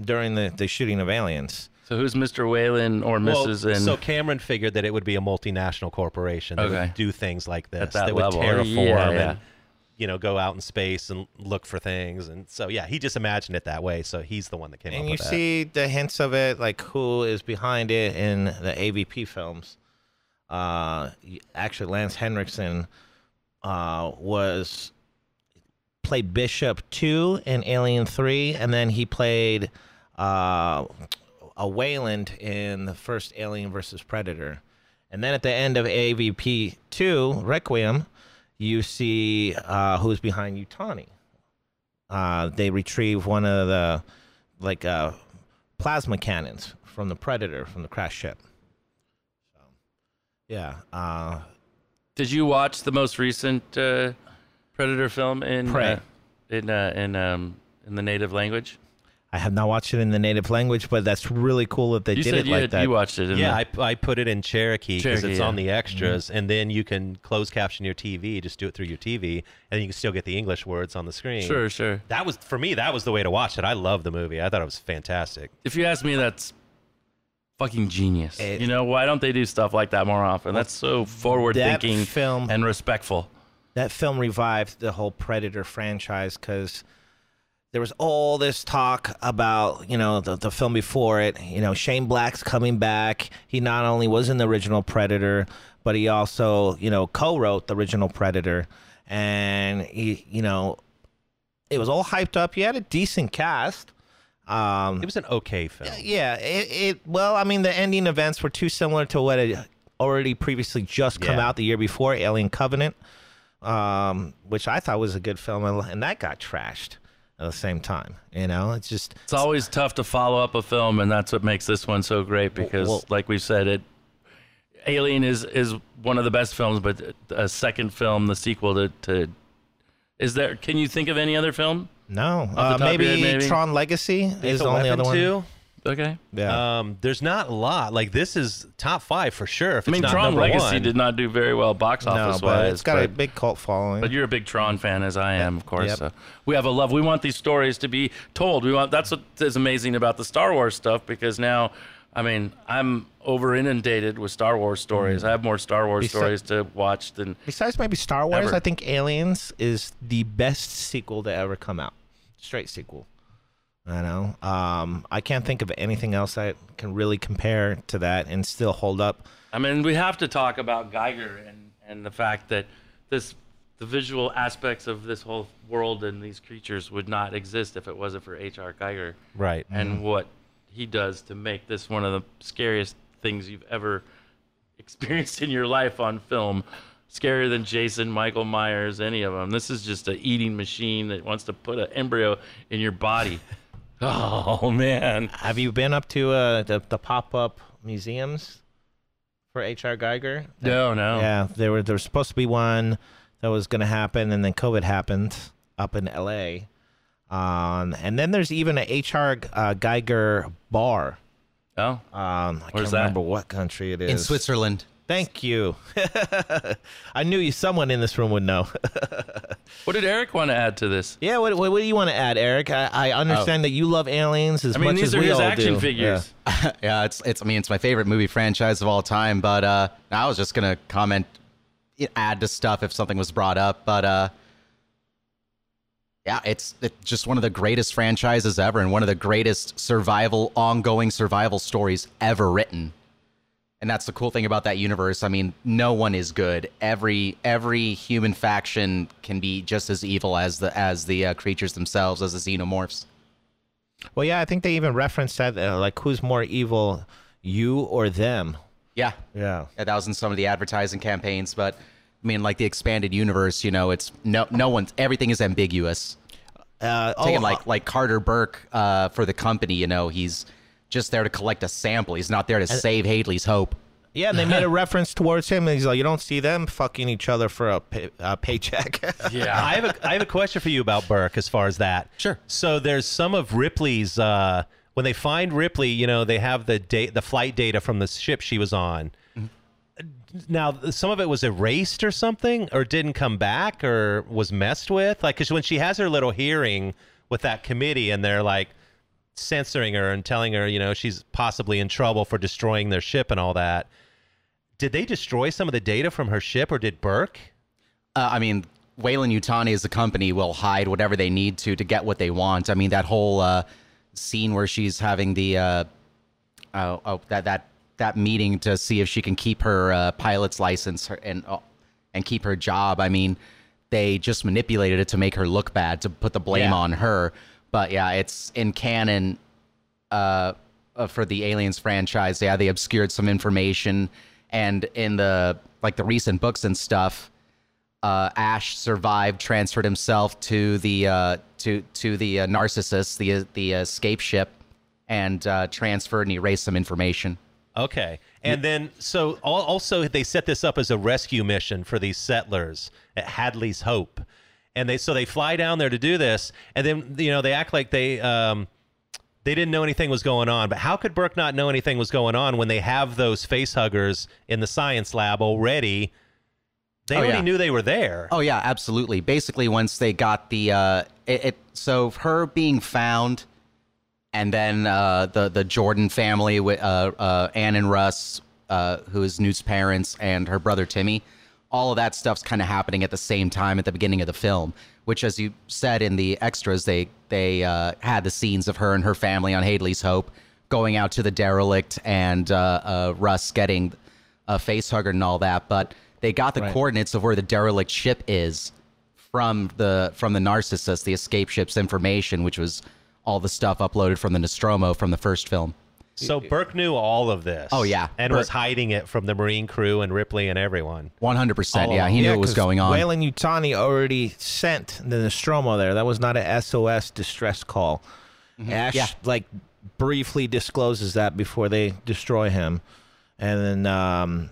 B: during the, the shooting of aliens.
A: so who's Mr. Whalen or
C: Well,
A: Mrs. and
C: so Cameron figured that it would be a multinational corporation that
A: Okay.
C: would do things like this,
A: that
C: would
A: level.
C: terraform
A: Yeah, yeah.
C: and you know go out in space and look for things. And so yeah, he just imagined it that way. So he's the one that came
B: and
C: up
B: you
C: with that.
B: see the hints of it, like who is behind it in the AVP films. Uh, y- actually, Lance Henriksen uh, was played Bishop two in Alien three, and then he played uh, a Wayland in the first Alien versus Predator, and then at the end of AVP two Requiem, you see uh, who's behind Utani. Uh, they retrieve one of the like uh, plasma cannons from the Predator from the crash ship. So, yeah, uh,
A: Did you watch the most recent uh, Predator film in
B: Prey.
A: uh, in uh, in um, in the native language?
B: I have not watched it in the native language, but that's really cool that they
A: You
B: did
A: said
B: it
A: you,
B: like
A: had-
B: that.
A: you watched it. didn't
C: Yeah,
A: you?
C: I, I put it in Cherokee because
A: Cherokee,
C: it's
A: yeah. Mm-hmm.
C: on the extras, and then you can close caption your TV, just do it through your TV, and you can still get the English words on the screen.
A: sure, sure.
C: That was for me. That was the way to watch it. I loved the movie. I thought it was fantastic.
A: If you ask me, that's fucking genius.
B: It-
A: you know why don't they do stuff like that more often? That's so forward
B: that
A: thinking
B: film-
A: and respectful.
B: that film revived the whole Predator franchise because there was all this talk about you know the, the film before it you know shane black's coming back he not only was in the original predator but he also you know co-wrote the original predator and he you know it was all hyped up you had a decent cast um
C: It was an okay film.
B: yeah it, it well i mean the ending events were too similar to what had already previously just come
C: Yeah.
B: out the year before alien covenant um which i thought was a good film and and that got trashed at the same time you know it's just
A: It's always tough to follow up a film, and that's what makes this one so great because,
B: well-
A: like we've said, it Alien is is one of the best films, but a second film, the sequel to, to is there? Can you think of any other film?
B: no
A: top
B: uh,
A: of your
B: maybe,
A: head, maybe?
B: tron legacy is the only other one
C: Too.
A: Okay,
B: yeah
C: Um, there's not a lot. Like this is top five for sure. If
A: I mean,
C: it's not
A: Tron
C: number
A: Legacy
C: one.
A: did not do very well box
B: no
A: office
B: but
A: wise.
B: it's got a big cult following
A: But you're a big Tron fan, as I am, of course.
B: Yep.
A: So we have a love. We want these stories to be told. We want. That's what is amazing about the Star Wars stuff because now, I mean, I'm over inundated with Star Wars stories. I have more Star Wars
B: Besi-
A: stories to watch than.
B: besides maybe Star Wars,
A: Ever.
B: I think Aliens is the best sequel to ever come out. Straight sequel. I know. Um, I can't think of anything else that can really compare to that and still hold up.
A: I mean, we have to talk about Geiger and and the fact that this the visual aspects of this whole world and these creatures would not exist if it wasn't for H.R. Geiger.
C: right.
A: and what he does to make this one of the scariest things you've ever experienced in your life on film. Scarier than Jason, Michael Myers, any of them. This is just a eating machine that wants to put an embryo in your body. oh man,
B: Have you been up to uh, the, the pop up museums for H.R. Geiger?
A: no, no.
B: Yeah, there were there was supposed to be one that was going to happen, and then COVID happened up in L.A. Um, and then there's even a H.R. Uh, Geiger bar.
A: Oh,
B: Um, I
A: Where's
B: can't
A: that?
B: remember what country it is.
D: in Switzerland.
B: Thank you. I knew you. Someone in this room would know.
A: what did Eric want to add to this?
B: yeah. What, what, what do you want to add, Eric? I, I understand that you love aliens as
A: I mean,
B: much as
A: these are
B: we
A: his
B: all
A: action
B: do.
A: figures.
D: yeah, it's it's. I mean, it's my favorite movie franchise of all time. But uh, I was just gonna comment, i- add to stuff if something was brought up. But uh, yeah, it's, it's just one of the greatest franchises ever, and one of the greatest survival, ongoing survival stories ever written. And that's the cool thing about that universe. I mean, no one is good. Every every human faction can be just as evil as the as the uh, creatures themselves, as the xenomorphs.
B: Yeah. Well, yeah. I think they even referenced that. Uh, like, who's more evil, you or them?
D: Yeah,
B: Yeah.
D: Yeah, that was in some of the advertising campaigns, but I mean, like the expanded universe, you know, it's no, no one's everything is ambiguous.
B: Uh, oh,
D: Taking like like Carter Burke uh, for the company, you know, he's just there to collect a sample. He's not there to save Hadley's hope.
B: yeah. And they made a reference towards him, and he's like, "You don't see them fucking each other for a pay- uh, paycheck."
A: Yeah.
C: I have a I have a question for you about Burke as far as that.
D: Sure.
C: So there's some of Ripley's uh when they find Ripley, you know, they have the date the flight data from the ship she was on. Now, th- some of it was erased or something or didn't come back or was messed with like cuz when she has her little hearing with that committee and they're like censoring her and telling her, you know, she's possibly in trouble for destroying their ship and all that. Did they destroy some of the data from her ship or did Burke?
D: Uh, I mean, Wayland Utani as a company will hide whatever they need to to get what they want. I mean, that whole uh, scene where she's having the uh, oh, oh that that that meeting to see if she can keep her uh, pilot's license her, and uh, and keep her job. I mean, they just manipulated it to make her look bad to put the blame
C: Yeah.
D: on her. But yeah, it's in canon uh, uh, for the Aliens franchise. Yeah, they obscured some information, and in the like the recent books and stuff, uh, Ash survived, transferred himself to the uh, to to the uh, Narcissus, the the uh, escape ship, and uh, transferred and erased some information.
C: Okay. And then, so al- also they set this up as a rescue mission for these settlers at Hadley's Hope, and they so they fly down there to do this, and then you know they act like they um, they didn't know anything was going on. But how could Burke not know anything was going on when they have those face huggers in the science lab already? They
D: Oh,
C: already
D: yeah.
C: knew they were there.
D: Oh yeah, absolutely. Basically, once they got the uh, it, it, so her being found, and then uh, the the Jordan family with uh, uh, Ann and Russ, uh, who is Newt's parents, and her brother Timmy, all of that stuff's kind of happening at the same time at the beginning of the film. Which, as you said in the extras, they they uh, had the scenes of her and her family on Hadley's Hope going out to the derelict and uh, uh, Russ getting a face hugger and all that. But they got the coordinates of where the derelict ship is from the from the narcissist, the escape ship's information, which was all the stuff uploaded from the Nostromo from the first film.
C: So Burke knew all of this.
D: Oh, yeah.
C: and was
D: Burke-
C: hiding it from the Marine crew and Ripley and everyone.
D: One hundred percent. Yeah, he knew what was
B: Oh, 'cause
D: going on.
B: Whalen Utani already sent the Nostromo there. That was not a SOS distress call. Ash
D: Mm-hmm. Yeah.
B: like briefly discloses that before they destroy him, and then um,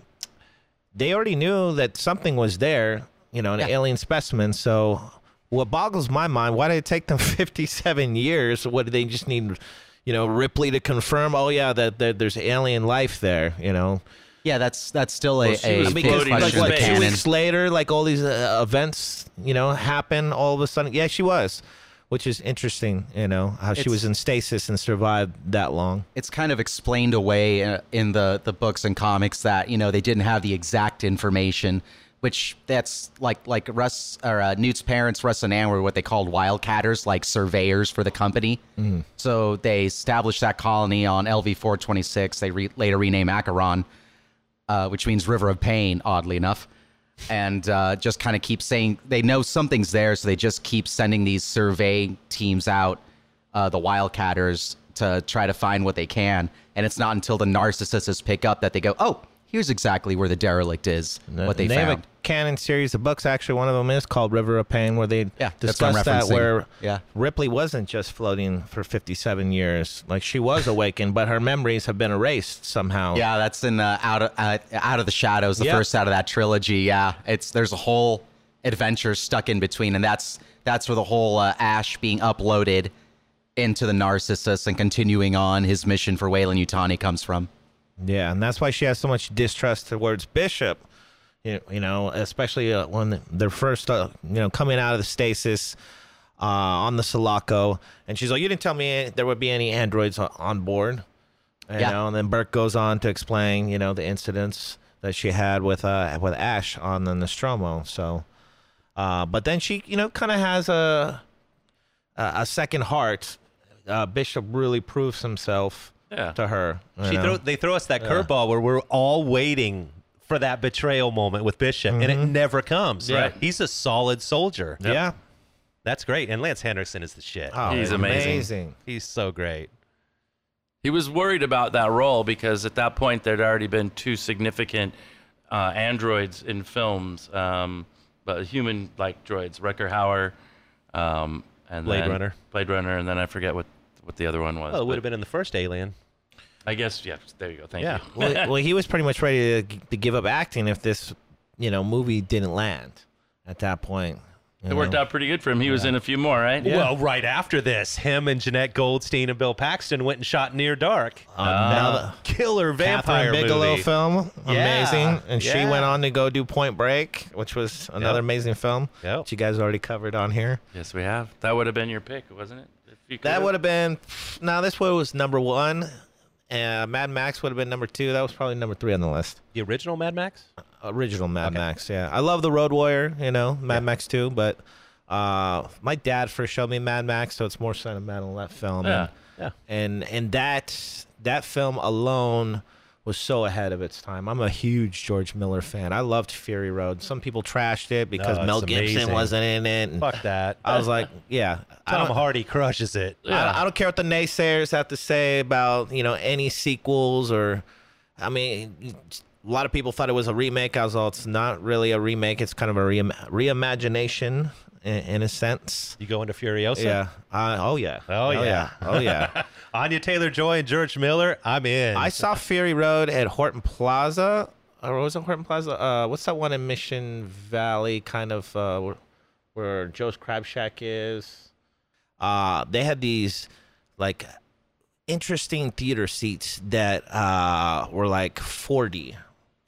B: they already knew that something was there. You know, an
D: Yeah.
B: alien specimen. So what boggles my mind? Why did it take them fifty-seven years? What did they just need? You know, Ripley to confirm. Oh yeah, that, that there's alien life there. You know,
D: yeah, that's that's still a,
A: Well, she
D: a
A: was
D: big
A: floating in
D: question
B: like
D: in the
B: what,
A: space.
B: two
D: canon.
B: weeks later, like all these uh, events, you know, happen all of a sudden. Yeah, she was, which is interesting. You know how she
D: It's-
B: was in stasis and survived that long.
D: it's kind of explained away uh, in the the books and comics that you know they didn't have the exact information which that's like like Russ or uh, Newt's parents Russ and Ann were what they called wildcatters like surveyors for the company so they established that colony on LV 426 they re- later rename Acheron uh, which means river of pain oddly enough and uh, just kind of keep saying they know something's there so they just keep sending these survey teams out uh, the wildcatters to try to find what they can. And it's not until the narcissists pick up that they go, oh, here's exactly where the derelict is, what they
B: And have Uh, a
D: found.
B: canon series of books. Actually, one of them is called River of Pain, where they
D: Yeah, that's what I'm
B: discuss that.
D: referencing.
B: Where
D: Yeah.
B: Ripley wasn't just floating for fifty-seven years; like she was awakened, but her memories have been erased somehow.
D: yeah, that's in uh, out of uh, out of the shadows, the
B: Yeah.
D: first out of that trilogy. Yeah, it's there's a whole adventure stuck in between, and that's that's where the whole uh, Ash being uploaded into the narcissist and continuing on his mission for Wayland Utani comes from.
B: Yeah, and that's why she has so much distrust towards Bishop. You you know, especially uh, when they're first, uh, you know, coming out of the stasis uh, on the Sulaco, and she's like, "You didn't tell me there would be any androids o- on board." You
D: Yeah.
B: know, and then Burke goes on to explain, you know, the incidents that she had with uh with Ash on the Nostromo. So, uh, but then she, you know, kind of has a a a second heart. Uh, Bishop really proves himself
A: Yeah.
B: to her. you
C: She
B: know?
C: throw, they throw us that curveball where we're all waiting for that betrayal moment with Bishop, and
B: Mm-hmm.
C: it never comes.
A: Yeah.
C: Right? He's a solid soldier.
B: Yeah.
C: That's great. And Lance Henriksen is the shit.
B: Oh,
A: He's amazing.
C: He's so great.
A: He was worried about that role because at that point there'd already been two significant uh, androids in films, um, but human like droids, Wrecker Hauer, um, and
C: Blade
A: then-
C: Runner.
A: Blade Runner, and then I forget what, what the other one was.
C: Oh, it would
A: but
C: have been in the first Alien.
A: I guess yeah. There you go. Thank
C: Yeah.
A: you.
B: well, well, he was pretty much ready to, to give up acting if this, you know, movie didn't land at that point. you
A: It worked
B: know.
A: out pretty good for him. He was in a few more, right?
C: Well, right after this, him and Jeanette Goldstein and Bill Paxton went and shot Near Dark.
B: Uh, now the
C: Killer Ah. vampire
B: Catherine Bigelow
C: movie.
B: film,
C: Yeah,
B: amazing, and she
C: yeah.
B: went on to go do Point Break, which was another
C: Yep.
B: amazing film,
C: Yep.
B: which you guys already covered on here.
A: Yes, we have. That would have been your pick, wasn't it? If you
B: That
A: could've-
B: would have been now. This one was number one. Uh, Mad Max would have been number two. That was probably number three on the list.
C: The original Mad Max?
B: original Mad Max. Yeah, I love the Road Warrior. You know, Mad Max Two, but uh, my dad first showed me Mad Max, so it's more sentimental that film.
A: Yeah,
C: yeah.
B: And, and and that that film alone was so ahead of its time. I'm a huge George Miller fan. I loved Fury Road. Some people trashed it because
C: it's
B: Mel Gibson
C: amazing.
B: wasn't in it. and
C: Fuck that.
B: I was like, yeah, I
C: Tom
B: don't,
C: Hardy crushes it.
B: I don't- I don't care what the naysayers have to say about you know any sequels or, I mean, a lot of people thought it was a remake. I was all, it's not really a remake. It's kind of a re- reimagination in, in a sense.
C: You go into Furiosa.
B: Yeah. Uh, oh yeah.
C: Oh, yeah.
B: Oh yeah.
C: Anya Taylor Joy and George Miller. I'm in.
B: I saw Fury Road at Horton Plaza. Or was it Horton Plaza? Uh, what's that one in Mission Valley, kind of uh, where, where Joe's Crab Shack is? Uh, they had these like interesting theater seats that uh, were like 40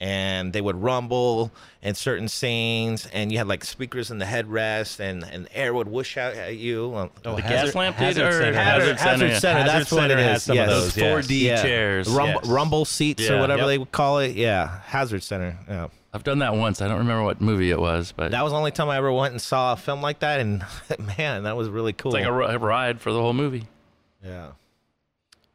B: and they would rumble in certain scenes and you had like speakers in the headrest and, and air would whoosh out at you um,
A: The
C: Hazard-
A: gas lamp
C: Hazard
A: theater, or
C: Center.
A: hazard, center. yeah.
B: Center,
C: Hazard
B: that's what
C: Center
B: it is.
C: has some of
B: yes.
C: those, yeah.
A: 4D chairs.
B: Rumble,
C: Yes.
B: rumble seats
A: Yeah.
B: or whatever
C: Yep.
B: they would call it. Yeah, Hazard Center. Yeah.
A: I've done that once. I don't remember what movie it was, but
B: That was the only time I ever went and saw a film like that, and man, that was really cool.
A: it's like a, ri- a ride for the whole movie.
B: yeah.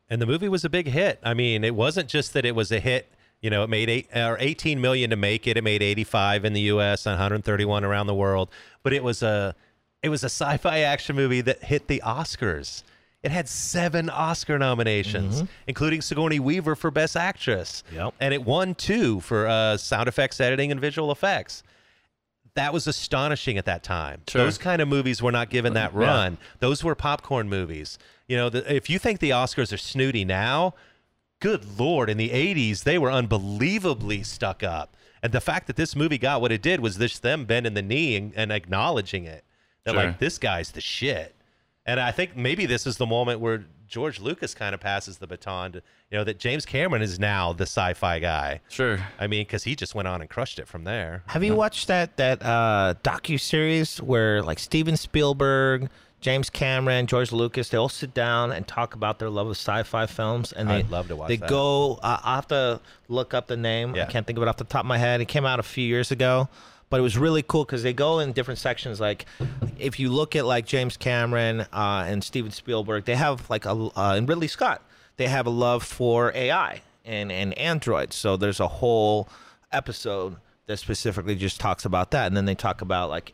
C: And the movie was a big hit. I mean, it wasn't just that it was a hit. You know, it made eight or 18 million to make it. It made 85 in the U.S. and 131 around the world. But it was a it was a sci-fi action movie that hit the Oscars. It had seven Oscar nominations, including Sigourney Weaver for Best Actress.
B: Yep.
C: And it won two for uh, sound effects editing and visual effects. That was astonishing at that time.
A: Sure.
C: Those kind of movies were not given that
A: Yeah.
C: run. Those were popcorn movies. You know, the, if you think the Oscars are snooty now, good lord, in the 80s, they were unbelievably stuck up. And the fact that this movie got what it did was this them bending the knee and, and acknowledging it. They're
A: Sure.
C: like, this guy's the shit. And I think maybe this is the moment where George Lucas kind of passes the baton to, you know, that James Cameron is now the sci fi guy.
A: Sure.
C: I mean, because he just went on and crushed it from there.
B: Have you watched that that uh, docu series where like Steven Spielberg, James Cameron, George Lucas, they all sit down and talk about their love of sci-fi films, and they
C: I'd love to watch
B: They
C: that.
B: go. Uh, I have to look up the name.
C: Yeah.
B: I can't think of it off the top of my head. It came out a few years ago, but it was really cool because they go in different sections. Like if you look at like James Cameron uh, and Steven Spielberg, they have like a uh, and Ridley Scott, they have a love for AI and and androids. So there's a whole episode that specifically just talks about that, and then they talk about like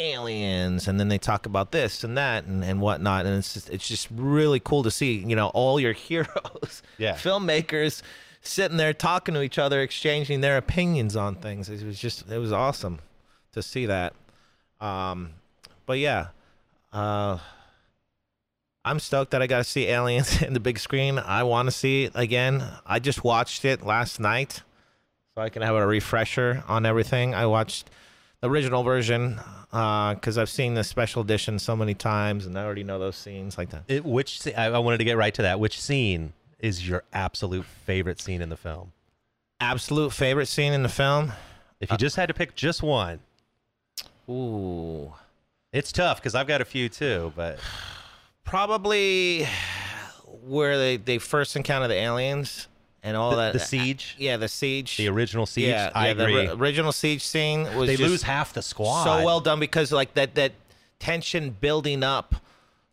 B: aliens and then they talk about this and that and, and whatnot and it's just, it's just really cool to see you know all your heroes
C: Yeah.
B: filmmakers sitting there talking to each other exchanging their opinions on things it was just it was awesome to see that um but yeah uh i'm stoked that i got to see aliens in the big screen i want to see it again i just watched it last night so I can have a refresher on everything. I watched the original version because I've seen the special edition so many times, and I already know those scenes like that.
C: It, which sce- I, I wanted to get right to that. Which scene is your absolute favorite scene in the film?
B: Absolute favorite scene in the film.
A: Uh,
C: If you just had to pick just one,
B: Ooh,
C: it's tough because I've got a few too. But
B: probably where they, they first encounter the aliens and all
C: The-
B: that. uh,
C: the siege?
B: yeah, the siege.
C: the original siege,
B: yeah,
C: I
B: yeah, the
C: agree.
B: ri- original siege scene was
C: they
B: just-
C: lose half the squad.
B: so well done because like that that tension building up.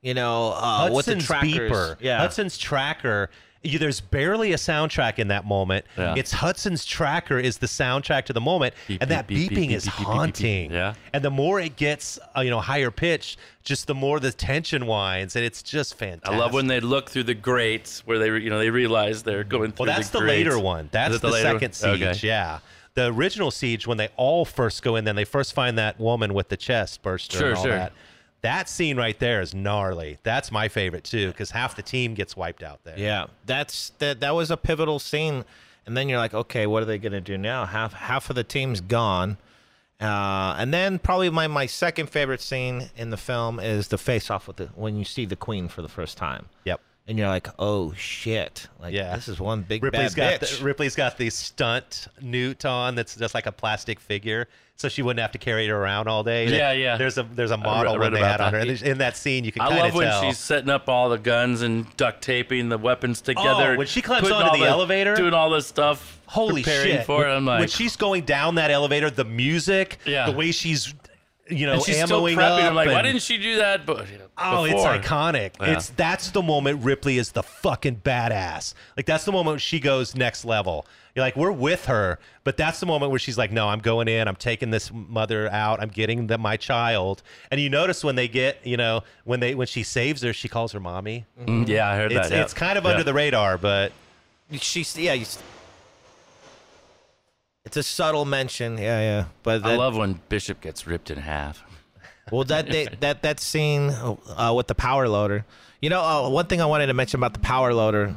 B: You know, uh, with the
C: Hudson's
B: trackers.
C: beeper,
B: Yeah.
C: Hudson's tracker. You, there's barely a soundtrack in that moment.
A: Yeah.
C: It's Hudson's tracker is the soundtrack to the moment,
A: Beep,
C: and that
A: beep, beep,
C: beeping
A: beep, beep,
C: is
A: beep, beep, beep, beep.
C: haunting.
A: Yeah.
C: And the more it gets, uh, you know, higher pitch, just the more the tension winds, and it's just fantastic. Mm-hmm.
A: I love when they look through the grates where they, re- you know, they realize they're going through.
C: Well, that's the,
A: grates.
C: later one. That's
A: it
C: the,
A: the later one?
C: second siege.
A: Okay.
C: Yeah. The original siege when they all first go in, then they first find that woman with the chest burster
A: Sure,
C: and all
A: sure.
C: that. That scene right there is gnarly. That's my favorite too, because half the team gets wiped out there.
B: Yeah, that's that. That was a pivotal scene, and then you're like, okay, what are they gonna do now? Half half of the team's gone, uh, and then probably my my second favorite scene in the film is the face off with the when you see the queen for the first time.
C: Yep.
B: and you're like, oh shit, like
C: Yeah.
B: this is one big
C: Ripley's
B: bad
C: got
B: bitch.
C: the, Ripley's got the stunt newt on that's just like a plastic figure, so she wouldn't have to carry it around all day.
A: Yeah, yeah.
C: There's a there's a model
A: read
C: one they
A: about
C: had on her.
A: that.
C: In that scene, you can.
A: I
C: kinda
A: love when
C: tell.
A: she's setting up all the guns and duct taping the weapons together.
C: Oh, when she climbs
A: putting
C: onto
A: all
C: the elevator-
A: doing all this stuff,
C: holy
A: preparing
C: shit
A: For it.
C: When-
A: I'm like,
C: when she's going down that elevator the music
A: Yeah.
C: the way she's you know
A: and she's still
C: ammoing
A: prepping.
C: up
A: I'm like, why
C: and-
A: didn't she do that? But
C: Oh,
A: before?"
C: it's iconic.
A: Yeah.
C: It's that's the moment Ripley is the fucking badass. Like that's the moment she goes next level. You're like, we're with her, but that's the moment where she's like, no, I'm going in. I'm taking this mother out. I'm getting the, my child. And you notice when they get, you know, when they when she saves her, she calls her mommy.
A: Mm, Yeah, I heard
C: It's
A: that. yeah.
C: it's kind of
A: Yeah.
C: under the radar, but
B: She's yeah. You, s- it's a subtle mention, yeah, yeah. But
A: I
B: that-
A: love when Bishop gets ripped in half.
B: Well, that they, that that scene uh, with the power loader. You know, uh, one thing I wanted to mention about the power loader,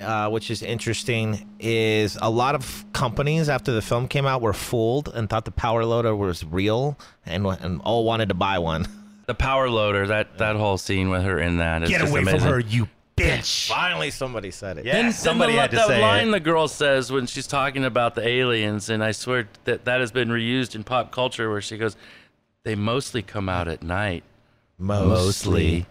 B: uh, which is interesting, is a lot of companies after the film came out were fooled and thought the power loader was real and wa- and all wanted to buy one.
A: The power loader, that that whole scene with her in that is
C: get
A: just
C: away
A: amazing.
C: from her, you bitch.
B: Finally, somebody said it.
C: Yeah.
A: Then, then
C: somebody
A: the,
C: had to
A: that
C: say
A: line
C: it.
A: the girl says when she's talking about the aliens, and I swear that that has been reused in pop culture, where she goes, "They mostly come out at night, mostly."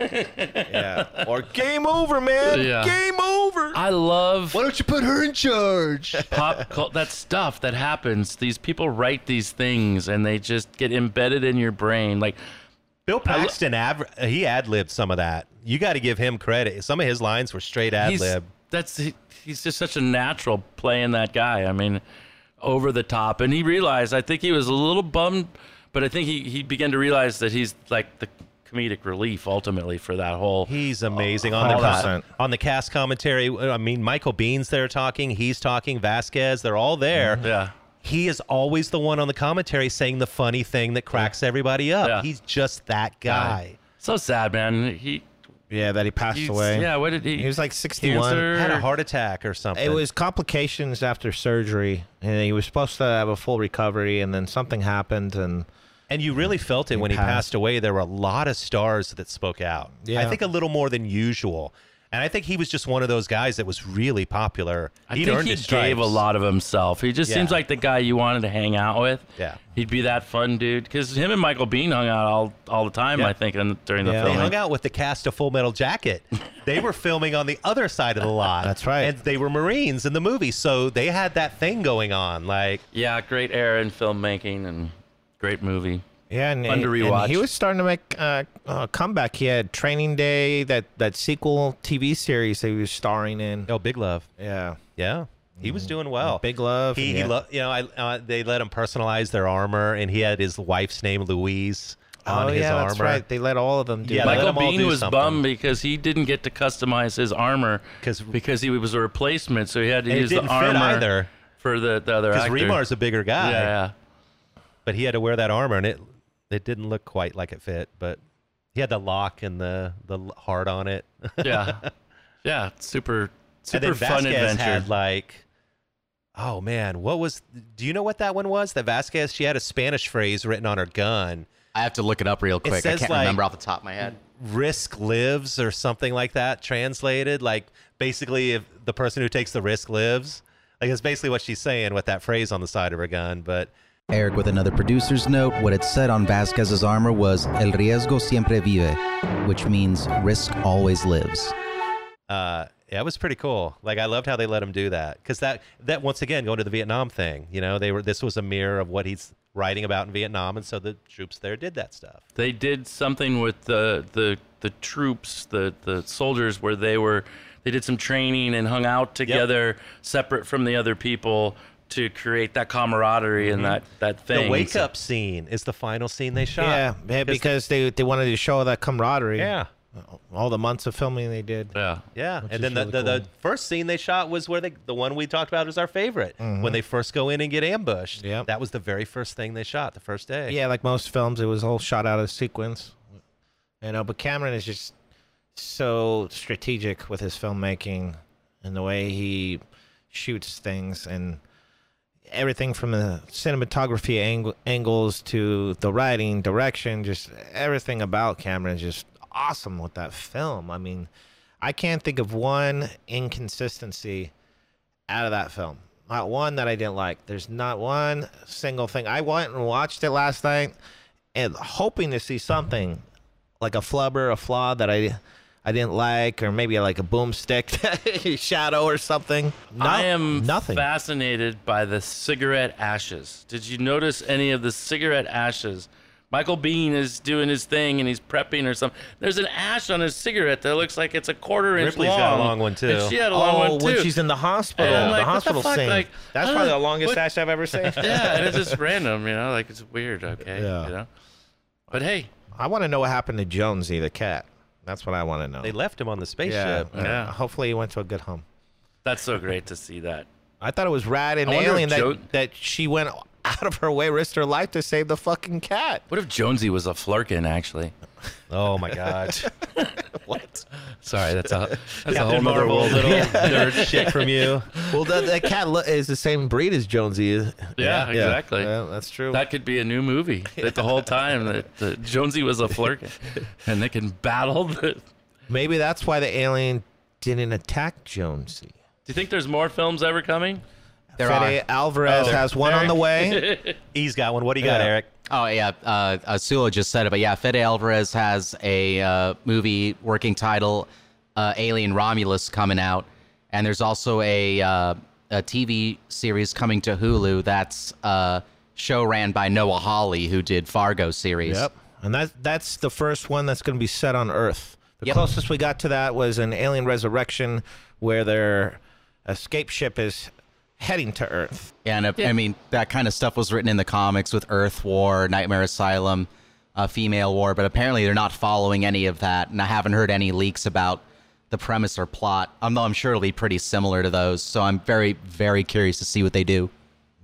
B: yeah. Or game over, man.
A: Yeah.
B: Game over.
A: I love
D: Why don't you put her in charge?
A: pop cult that stuff that happens these people write these things and they just get embedded in your brain like
C: Bill Paxton, aver- he ad libbed some of that. You got to give him credit. Some of his lines were straight ad
A: he's
C: lib.
A: that's he- he's just such a natural playing that guy i mean over the top and he realized i think he was a little bummed but i think he he began to realize that he's like the comedic relief ultimately for that whole
C: He's amazing on the
B: 100%.
C: cast, on the cast commentary. I mean, Michael Bean's there talking. He's talking. Vasquez. They're all there.
A: Mm-hmm. yeah
C: He is always the one on the commentary saying the funny thing that cracks everybody up.
A: Yeah.
C: He's just that guy.
A: so sad man he
B: Yeah, that he passed
A: he's-
B: away.
A: yeah what did he
B: He was like 61.
A: cancer?
C: Had a heart attack or something.
B: It was complications after surgery, and he was supposed to have a full recovery, and then something happened, and
C: And you really felt it when he
B: passed.
C: passed away. There were a lot of stars that spoke out. I
B: Yeah.
C: think a little more than usual. And I think he was just one of those guys that was really popular.
A: I
C: He'd
A: think
C: earned
A: he
C: his
A: gave a
C: stripes.
A: lot of himself. He just
C: Yeah.
A: seems like the guy you wanted to hang out with.
C: Yeah.
A: he'd be that fun dude. Because him and Michael Bean hung out all all the time.
C: Yeah.
A: I think in, during the
B: Yeah.
C: They
A: filming.
C: hung out with the cast of Full Metal Jacket. They were filming on the other side of the lot.
B: That's right.
C: And they were Marines in the movie, so they had that thing going on. Like,
A: Yeah, great era in filmmaking and great movie.
B: yeah, and,
A: Fun to
B: and
A: rewatch.
B: he was starting to make uh, a comeback. He had Training Day, that that sequel TV series that he was starring in.
C: oh, Big Love.
B: Yeah,
C: Yeah, he was doing well.
B: Mm. Big Love.
C: He, he
B: yeah.
C: lo- you know, I uh, they let him personalize their armor, and he had his wife's name Louise on
B: Oh
C: his
B: yeah,
C: armor.
B: that's right. They let all of them do.
C: Yeah,
B: that.
C: let
A: Michael
C: 'em all
A: Bean
C: do
A: was
C: something.
A: bummed because he didn't get to customize his armor
C: 'Cause-
A: because he was a replacement, so he had to
C: And it
A: use the
C: didn't fit
A: armor
C: either.
A: for the, the other
C: Because
A: actor.
C: Remar's a bigger guy,
A: yeah, yeah,
C: but he had to wear that armor, and it it didn't look quite like it fit. But he had the lock and the the l- heart on it.
A: yeah, yeah. Super,
C: and
A: super
C: then
A: fun
C: Vasquez
A: adventure.
C: had like, oh man, what was? Do you know what that one was? That Vasquez she had a Spanish phrase written on her gun.
D: I have to look it up real quick. I
C: says,
D: can't
C: like-
D: remember off the top of my head.
C: risk lives or something like that translated like basically if the person who takes the risk lives like that's basically what she's saying with that phrase on the side of her gun but
D: Eric with another producer's note. What it said on Vasquez's armor was El riesgo siempre vive, which means risk always lives.
C: uh yeah, it was pretty cool like i loved how they let him do that because that that once again going to the vietnam thing you know they were this was a mirror of what he's writing about in vietnam and so the troops there did that stuff
A: they did something with the the the troops, the the soldiers, where they were they did some training and hung out together, separate from the other people, to create that camaraderie and that that thing.
C: Mm-hmm. the wake
A: So-
C: up scene is the final scene they shot
B: yeah, yeah,
C: Because-
B: because they they wanted to show that camaraderie.
C: yeah
B: all the months of filming they did.
A: Yeah.
C: Yeah,
B: Which
C: and
B: is
C: then the,
B: really
C: the, the
B: cool.
C: first scene they shot was where they the one we talked about was our favorite when they first go in and get ambushed.
B: Mm-hmm. Yep.
C: that was the very first thing they shot the first day.
B: Yeah, like most films, it was all shot out of sequence. You know, but Cameron is just so strategic with his filmmaking and the way he shoots things and everything from the cinematography ang- angles to the writing, direction, just everything about Cameron is just awesome with that film. I mean, I can't think of one inconsistency out of that film. Not one that I didn't like. There's not one single thing. I went and watched it last night and hoping to see something like a flubber, a flaw that I I didn't like, or maybe like a boomstick shadow or something. No,
A: I am
B: nothing.
A: fascinated by the cigarette ashes. Did you notice any of the cigarette ashes? Michael Bean is doing his thing and he's prepping or something. There's an ash on his cigarette that looks like it's a quarter inch
C: Ripley's
A: long.
C: got a long one, too.
A: And she had a long one
B: oh,
A: too.
B: when she's in the hospital,
A: And I'm
B: the
A: like, what the
B: hospital
A: fuck,
B: scene.
A: like,
B: That's
A: I
B: probably the
A: don't-
B: longest
A: what-
B: ash I've ever seen.
A: yeah, and it's just random, you know, like it's weird, okay.
B: Yeah.
A: You know? But hey,
B: I want to know what happened to Jonesy the cat. That's what I want to know.
C: they left him on the
B: yeah,
C: spaceship.
B: yeah.
A: Yeah.
B: Hopefully, he went to a good home.
A: that's so great to see that.
B: I thought it was rad and
A: I wonder if
B: alien that,
A: Joe-
B: that she went out of her way, risked her life to save the fucking cat.
A: What if Jonesy was a flurkin actually?
C: Oh my god,
B: What?
A: Sorry, that's a that's a whole
C: Captain
A: nother
C: Marvel,
A: world.
C: little nerd shit from you.
B: well, that, that cat lo- is the same breed as Jonesy. is-
A: Yeah, exactly.
B: Yeah, that's true.
A: That could be a new movie. That the whole time that, that Jonesy was a flurkin, and they can battle. The, do
B: Maybe that's why the alien didn't attack Jonesy.
A: you think there's more films ever coming?
D: There
B: Fede
D: are.
B: Alvarez has one on the way.
C: He's got one. What do you got,
B: Yeah.
C: Eric?
D: Oh yeah, uh, uh, Sula just said it, but yeah, Fede Alvarez has a uh, movie working title, uh, Alien Romulus, coming out, and there's also a uh, a TV series coming to Hulu that's uh, show ran by Noah Hawley, who did Fargo series.
B: Yep. And that that's the first one that's going to be set on Earth. The
D: Yep.
B: closest we got to that was an Alien Resurrection, where their escape ship is heading to Earth.
D: And uh, I mean, that kind of stuff was written in the comics with Earth War, Nightmare Asylum, uh, Female War, but apparently they're not following any of that. And I haven't heard any leaks about the premise or plot, although I'm sure it'll be pretty similar to those. So I'm very, very curious to see what they do.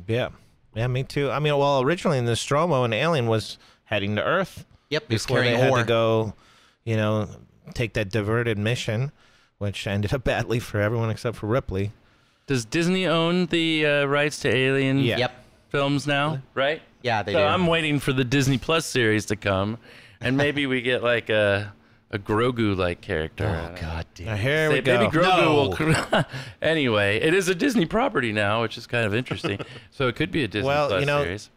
B: Yeah. Yeah, me too. I mean, well, originally in the Nostromo, an alien was heading to Earth.
D: Yep, he's
B: before
D: carrying
B: they had
D: ore.
B: to go, you know, take that diverted mission, which ended up badly for everyone except for Ripley.
A: Does Disney own the uh, rights to Alien
B: Yeah.
D: Yep.
A: films now? Right?
D: Yeah, they
A: so
D: do.
A: I'm waiting for the Disney Plus series to come, and maybe we get like a a Grogu like character.
D: Oh, God
B: Now,
D: damn.
B: here we
A: Say
B: go.
A: Baby Grogu will. cr- anyway, it is a Disney property now, which is kind of interesting. so it could be a Disney
B: Well,
A: Plus
B: you know,
A: series.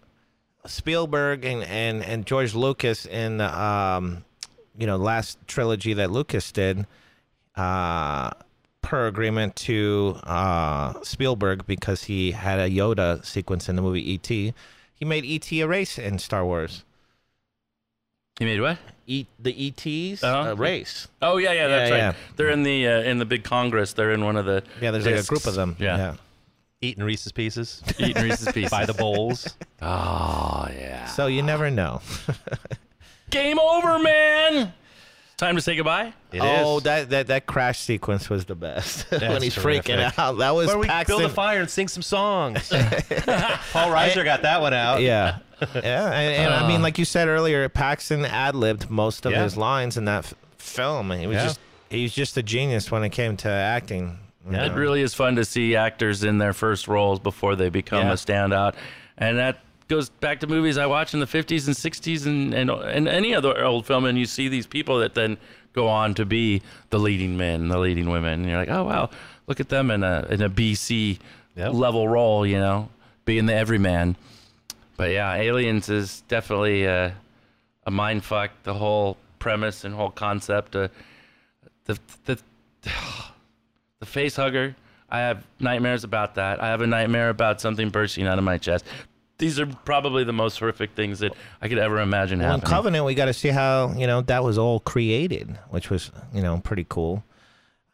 B: Spielberg and, and, and George Lucas in um, you know last trilogy that Lucas did uh, per agreement to uh, Spielberg because he had a Yoda sequence in the movie E.T. He made E.T. a race in Star Wars.
A: You made what?
B: E- the E.T.'s
A: Uh-huh.
B: a race.
A: Oh yeah, yeah, that's
B: Yeah,
A: right. They're in the uh, in the big Congress. They're in one of the
B: Yeah, there's like a
A: discs.
B: group of them.
A: Yeah,
C: Eating Reese's Pieces
A: eating Reese's Pieces.
C: by the bowls.
A: oh yeah.
B: So you never know.
A: Game over, man. Time to say goodbye.
C: It is.
B: oh, that, that that crash sequence was the best when
C: That's
B: he's
C: terrific.
B: freaking out. That was
C: Where we build a
B: Paxton.
C: fire and sing some songs. Paul Reiser got that one out.
B: yeah. Yeah. And, and I mean, like you said earlier, Paxton ad libbed most of
C: Uh. Yeah.
B: his lines in that f- film. And he was
C: Yeah.
B: just he was just a genius when it came to acting. you
A: It
B: know.
A: really is fun to see actors in their first roles before they become
C: Yeah.
A: a standout. And that goes back to movies I watch in the 50s and 60s and, and, and any other old film. And you see these people that then go on to be the leading men, the leading women. And you're like, oh, wow, look at them in a, in a BC
C: Yep.
A: level role, you know, being the everyman. But yeah, Aliens is definitely uh, a, a mind fuck, the whole premise and whole concept. Uh, the, the, the face hugger. I have nightmares about that. I have a nightmare about something bursting out of my chest. These are probably the most horrific things that I could ever imagine
B: Well, in
A: happening.
B: Covenant, we got to see how you know that was all created, which was you know pretty cool.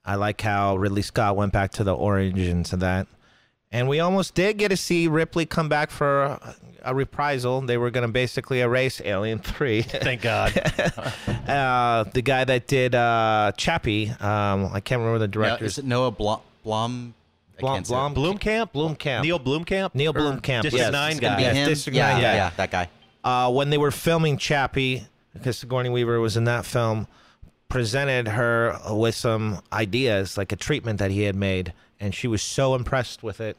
B: I like how Ridley Scott went back to the origins of that, and we almost did get to see Ripley come back for a, a reprisal. They were going to basically erase Alien Three.
C: Thank God.
B: uh, the guy that did uh, Chappie, um, I can't remember the
D: No,
B: director's
D: is it Noah Blum? Blum? I
B: Blom,
D: can't say
B: Blom,
D: it.
C: Bloomcamp?
B: Bloomcamp.
C: Neil Bloomcamp?
B: Neil
C: Or
B: Blomkamp,
C: District
B: yes.
C: 9
B: It's gonna
C: guy.
B: be
D: Be
B: Yeah,
D: him?
B: District
D: Yeah,
B: Nine
D: yeah,
B: guy.
D: yeah, that guy.
B: uh, when they were filming Chappie, because Sigourney Weaver was in that film, presented her with some ideas, like a treatment that he had made, and she was so impressed with it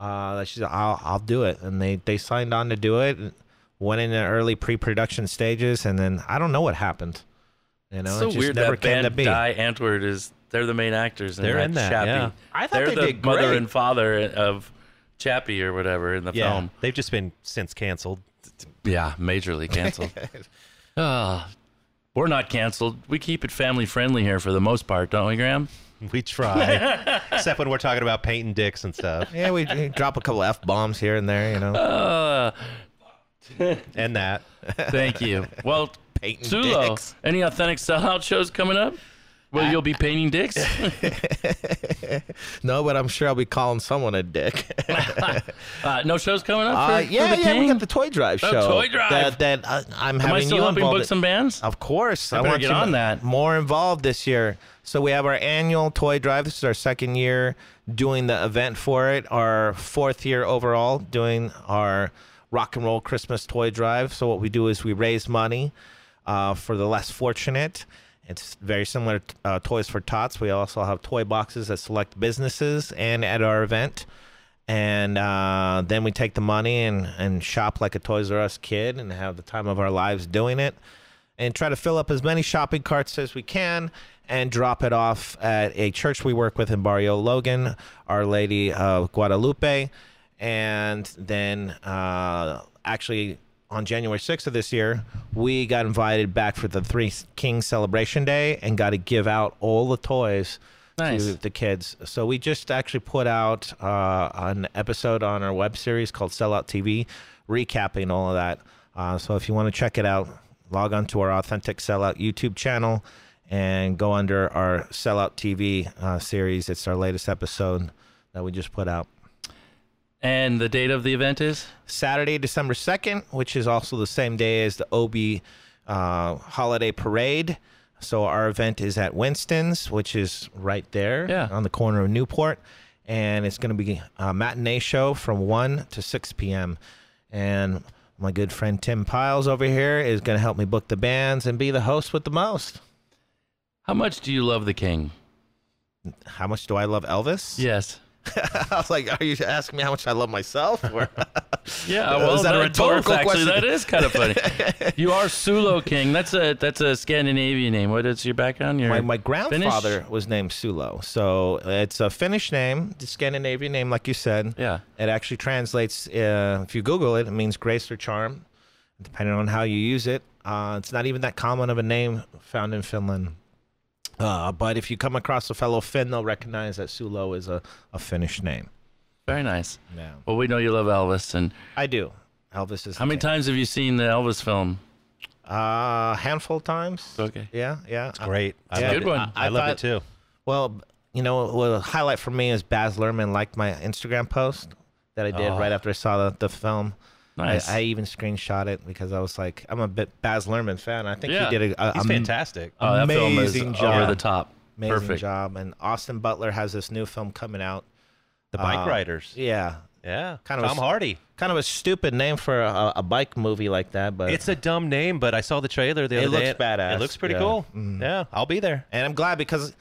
B: uh, that she said, "I'll, I'll do it." And they they signed on to do it. and Went in the early pre-production stages, and then I don't know what happened. You know,
A: It's
B: it
A: so
B: just
A: weird
B: never
A: that
B: came to
A: band
B: be.
A: Die Antwoord is they're the main actors. In
C: They're
A: that
C: in that,
A: Chappie.
C: yeah.
B: I thought
A: they're
B: they
A: the
B: did
A: mother
B: great.
A: and father of Chappie or whatever in the
C: Yeah.
A: film.
C: They've just been since canceled.
A: Yeah, majorly canceled. Ah, we're not canceled. We keep it family friendly here for the most part, don't we, Graham?
C: We try. Except when we're talking about painting dicks and stuff.
B: Yeah, we, we drop a couple f bombs here and there. You know,
A: Uh,
C: And that.
A: Thank you. Well,
B: Painting
A: Sulo,
B: dicks.
A: any authentic sellout shows coming up? Well, you'll be painting dicks.
B: no, but I'm sure I'll be calling someone a dick.
A: Uh, no shows coming up. For,
B: Uh,
A: for
B: yeah,
A: the
B: yeah, we
A: king?
B: got the toy drive
A: Oh,
B: show.
A: toy drive.
B: That, that uh, I'm
A: Am
B: having
A: I still
B: you
A: helping
B: involved. Oh.
A: book some bands?
B: Of course, I,
A: better
B: want
A: get
B: you
A: on that.
B: More involved this year. So we have our annual toy drive. This is our second year doing the event for it. Our fourth year overall doing our rock and roll Christmas toy drive. So what we do is we raise money uh, for the less fortunate. It's very similar to uh, Toys for Tots. We also have toy boxes at select businesses and at our event and uh, then we take the money and, and shop like a Toys R Us kid and have the time of our lives doing it and try to fill up as many shopping carts as we can and drop it off at a church we work with in Barrio Logan, Our Lady of Guadalupe. And then uh, actually on January 6th of this year, we got invited back for the Three Kings Celebration Day and got to give out all the toys to
A: Nice.
B: the kids. So we just actually put out uh, an episode on our web series called Sellout TV, recapping all of that. Uh, so if you want to check it out, log on to our Authentic Sellout YouTube channel and go under our Sellout TV uh, series. It's our latest episode that we just put out.
A: And the date of the event is?
B: Saturday, December 2nd, which is also the same day as the OB uh, holiday parade. So our event is at Winston's, which is right there
A: Yeah.
B: on the corner of Newport. And it's going to be a matinee show from 1 to 6 p.m. And my good friend Tim Piles over here is going to help me book the bands and be the host with the most.
A: How much do you love the king?
B: How much do I love Elvis?
A: Yes.
B: I was like, are you asking me how much I love myself? Or-
A: Yeah,
B: Uh,
A: well,
B: is that a
A: no,
B: rhetorical
A: both, actually,
B: question?
A: That is kind of funny. you are Sulo King. That's a that's a Scandinavian name. What is your background? Your
B: My, my grandfather
A: Finnish?
B: was named Sulo. So it's a Finnish name, the Scandinavian name, like you said.
A: Yeah.
B: It actually translates, uh, if you Google it, it means grace or charm, depending on how you use it. Uh, it's not even that common of a name found in Finland. Uh, but if you come across a fellow Finn, they'll recognize that Sulo is a, a Finnish name.
A: Very nice.
B: Yeah.
A: Well, we know you love Elvis. And
B: I do. Elvis is.
A: how many times have you seen the Elvis film?
B: A uh, handful of times.
A: Okay.
B: Yeah, yeah. It's
C: Great. I
B: Yeah.
C: love
A: Good
C: it.
A: one.
C: I, I
A: I
C: love it
B: thought-
C: too.
B: Well, you know, well, a highlight for me is Baz Luhrmann liked my Instagram post that I did right after I saw the, the film.
A: Nice.
B: I, I even screenshot it because I was like, I'm a bit Baz Luhrmann fan. I think
A: Yeah.
B: he did a, a,
C: He's
B: a
C: fantastic.
A: oh, that film is
B: amazing
A: over
B: job.
A: the top.
B: amazing
A: Perfect.
B: job. And Austin Butler has this new film coming out.
C: the bike
B: uh,
C: riders.
B: Yeah,
C: Yeah.
B: kind of
C: Tom
B: a-
C: Hardy.
B: kind of a stupid name for a, a bike movie like that, but
C: It's a dumb name, but I saw the trailer the
B: It
C: other day.
B: looks badass.
C: It looks pretty
B: Yeah. Mm.
C: cool. Yeah, I'll be there.
B: And I'm glad because,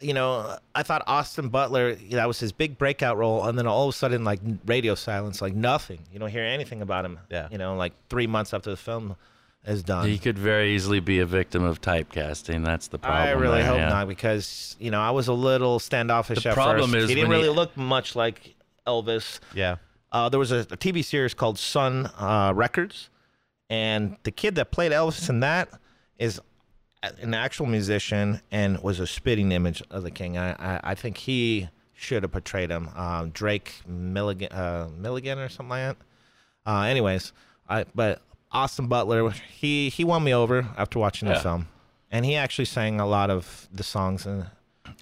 B: you know, I thought Austin Butler, you know, that was his big breakout role. And then all of a sudden, like, radio silence, like nothing. You don't hear anything about him.
C: Yeah.
B: You know, like three months after the film is done.
A: He could very easily be a victim of typecasting. That's the problem.
B: I really
A: there,
B: hope
A: yeah.
B: not because, you know, I was a little standoffish
A: The
B: at
A: problem
B: first.
A: is
B: he didn't
A: when
B: really
A: he-
B: look much like Elvis.
C: Yeah.
B: Uh, there was a, a TV series called Sun uh, Records, and the kid that played Elvis in that is a- an actual musician and was a spitting image of the king. I I, I think he should have portrayed him. Um, Drake Milligan, uh, Milligan or something like that. Uh, anyways, I but Austin Butler, he he won me over after watching the
A: Yeah.
B: film, and he actually sang a lot of the songs. And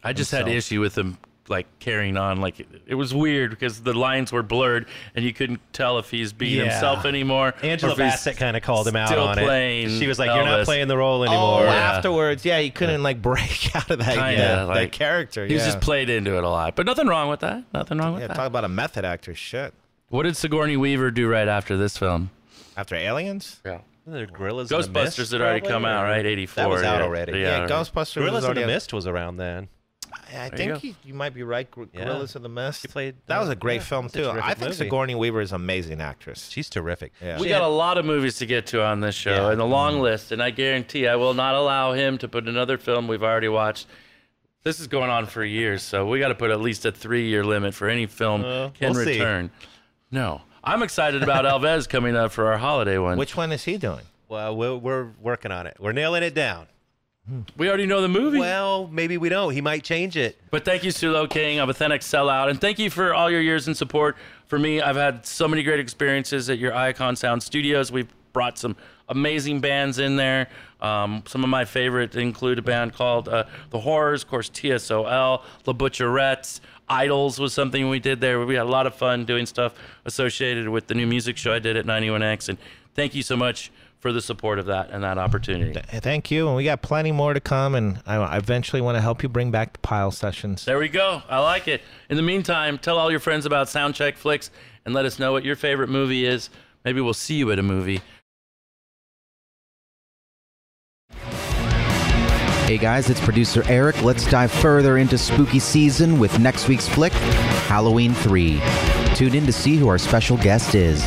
A: I just had
B: himself.
A: issue with him like carrying on like it, it was weird because the lines were blurred and you couldn't tell if he's being
C: Yeah.
A: himself anymore. or
C: Angela
A: if he's-
C: Bassett kind of called him out
A: still
C: on it.
A: playing
C: She was like, "You're not
A: Elvis."
C: playing the role
B: oh,
C: anymore."
B: afterwards, yeah, he couldn't like break out of that
A: Kinda,
B: yeah, that
A: like,
B: character.
A: He was
B: yeah.
A: just played into it a lot, but nothing wrong with that. Nothing wrong with
B: Yeah,
A: that.
B: talk about a method actor. Shit.
A: what did Sigourney Weaver do right after this film?
B: After Aliens?
A: Yeah.
C: There were gorillas. in the Mist,
A: Ghostbusters had already
C: probably,
A: come
C: or-
A: out, right? 84.
C: That was out
A: yeah.
C: already.
A: Yeah,
B: Yeah,
A: right.
B: Ghostbusters.
C: Gorillas
B: was
C: in
B: already
C: the
B: out.
C: Mist was around then.
B: I I
A: you
B: think
A: go.
B: you, you might be right. Gor-
C: Yeah.
B: Gorillas in the Mist.
C: She played- uh,
B: That was a great
C: yeah,
B: film
C: it's a
B: too.
C: terrific
B: I think
C: movie.
B: Sigourney Weaver is an amazing actress.
C: She's terrific.
B: Yeah.
A: We
C: She
A: got
C: had-
A: a lot of movies to get to on this show
B: Yeah.
A: and a
C: Mm-hmm.
A: long list, and I guarantee I will not allow him to put another film we've already watched. This is going on for years, so we got to put at least a three-year limit for any film can
C: Uh, we'll see.
A: return. No, I'm excited about Alves coming up for our holiday one.
B: Which one is he doing?
C: Well, we're, we're working on it. We're nailing it down.
A: we already know the movie.
C: Well, maybe we don't. He might change it.
A: But thank you, Sulo King of Authentic Sellout. And thank you for all your years in support. For me, I've had so many great experiences at your Icon Sound Studios. We've brought some amazing bands in there. Um, some of my favorite include a band called uh, The Horrors, of course, TSOL, La Butcherettes. Idols was something we did there. We had a lot of fun doing stuff associated with the new music show I did at 91X. And thank you so much for the support of that and that opportunity.
B: Hey, Thank you, and we got plenty more to come. And I I eventually want to help you bring back the pile sessions.
A: There we go. I like it. In the meantime, tell all your friends about Soundcheck Flicks and let us know what your favorite movie is. Maybe we'll see you at a movie.
E: Hey guys, it's producer Eric. Let's dive further into spooky season with next week's flick, Halloween 3. Tune in to see who our special guest is.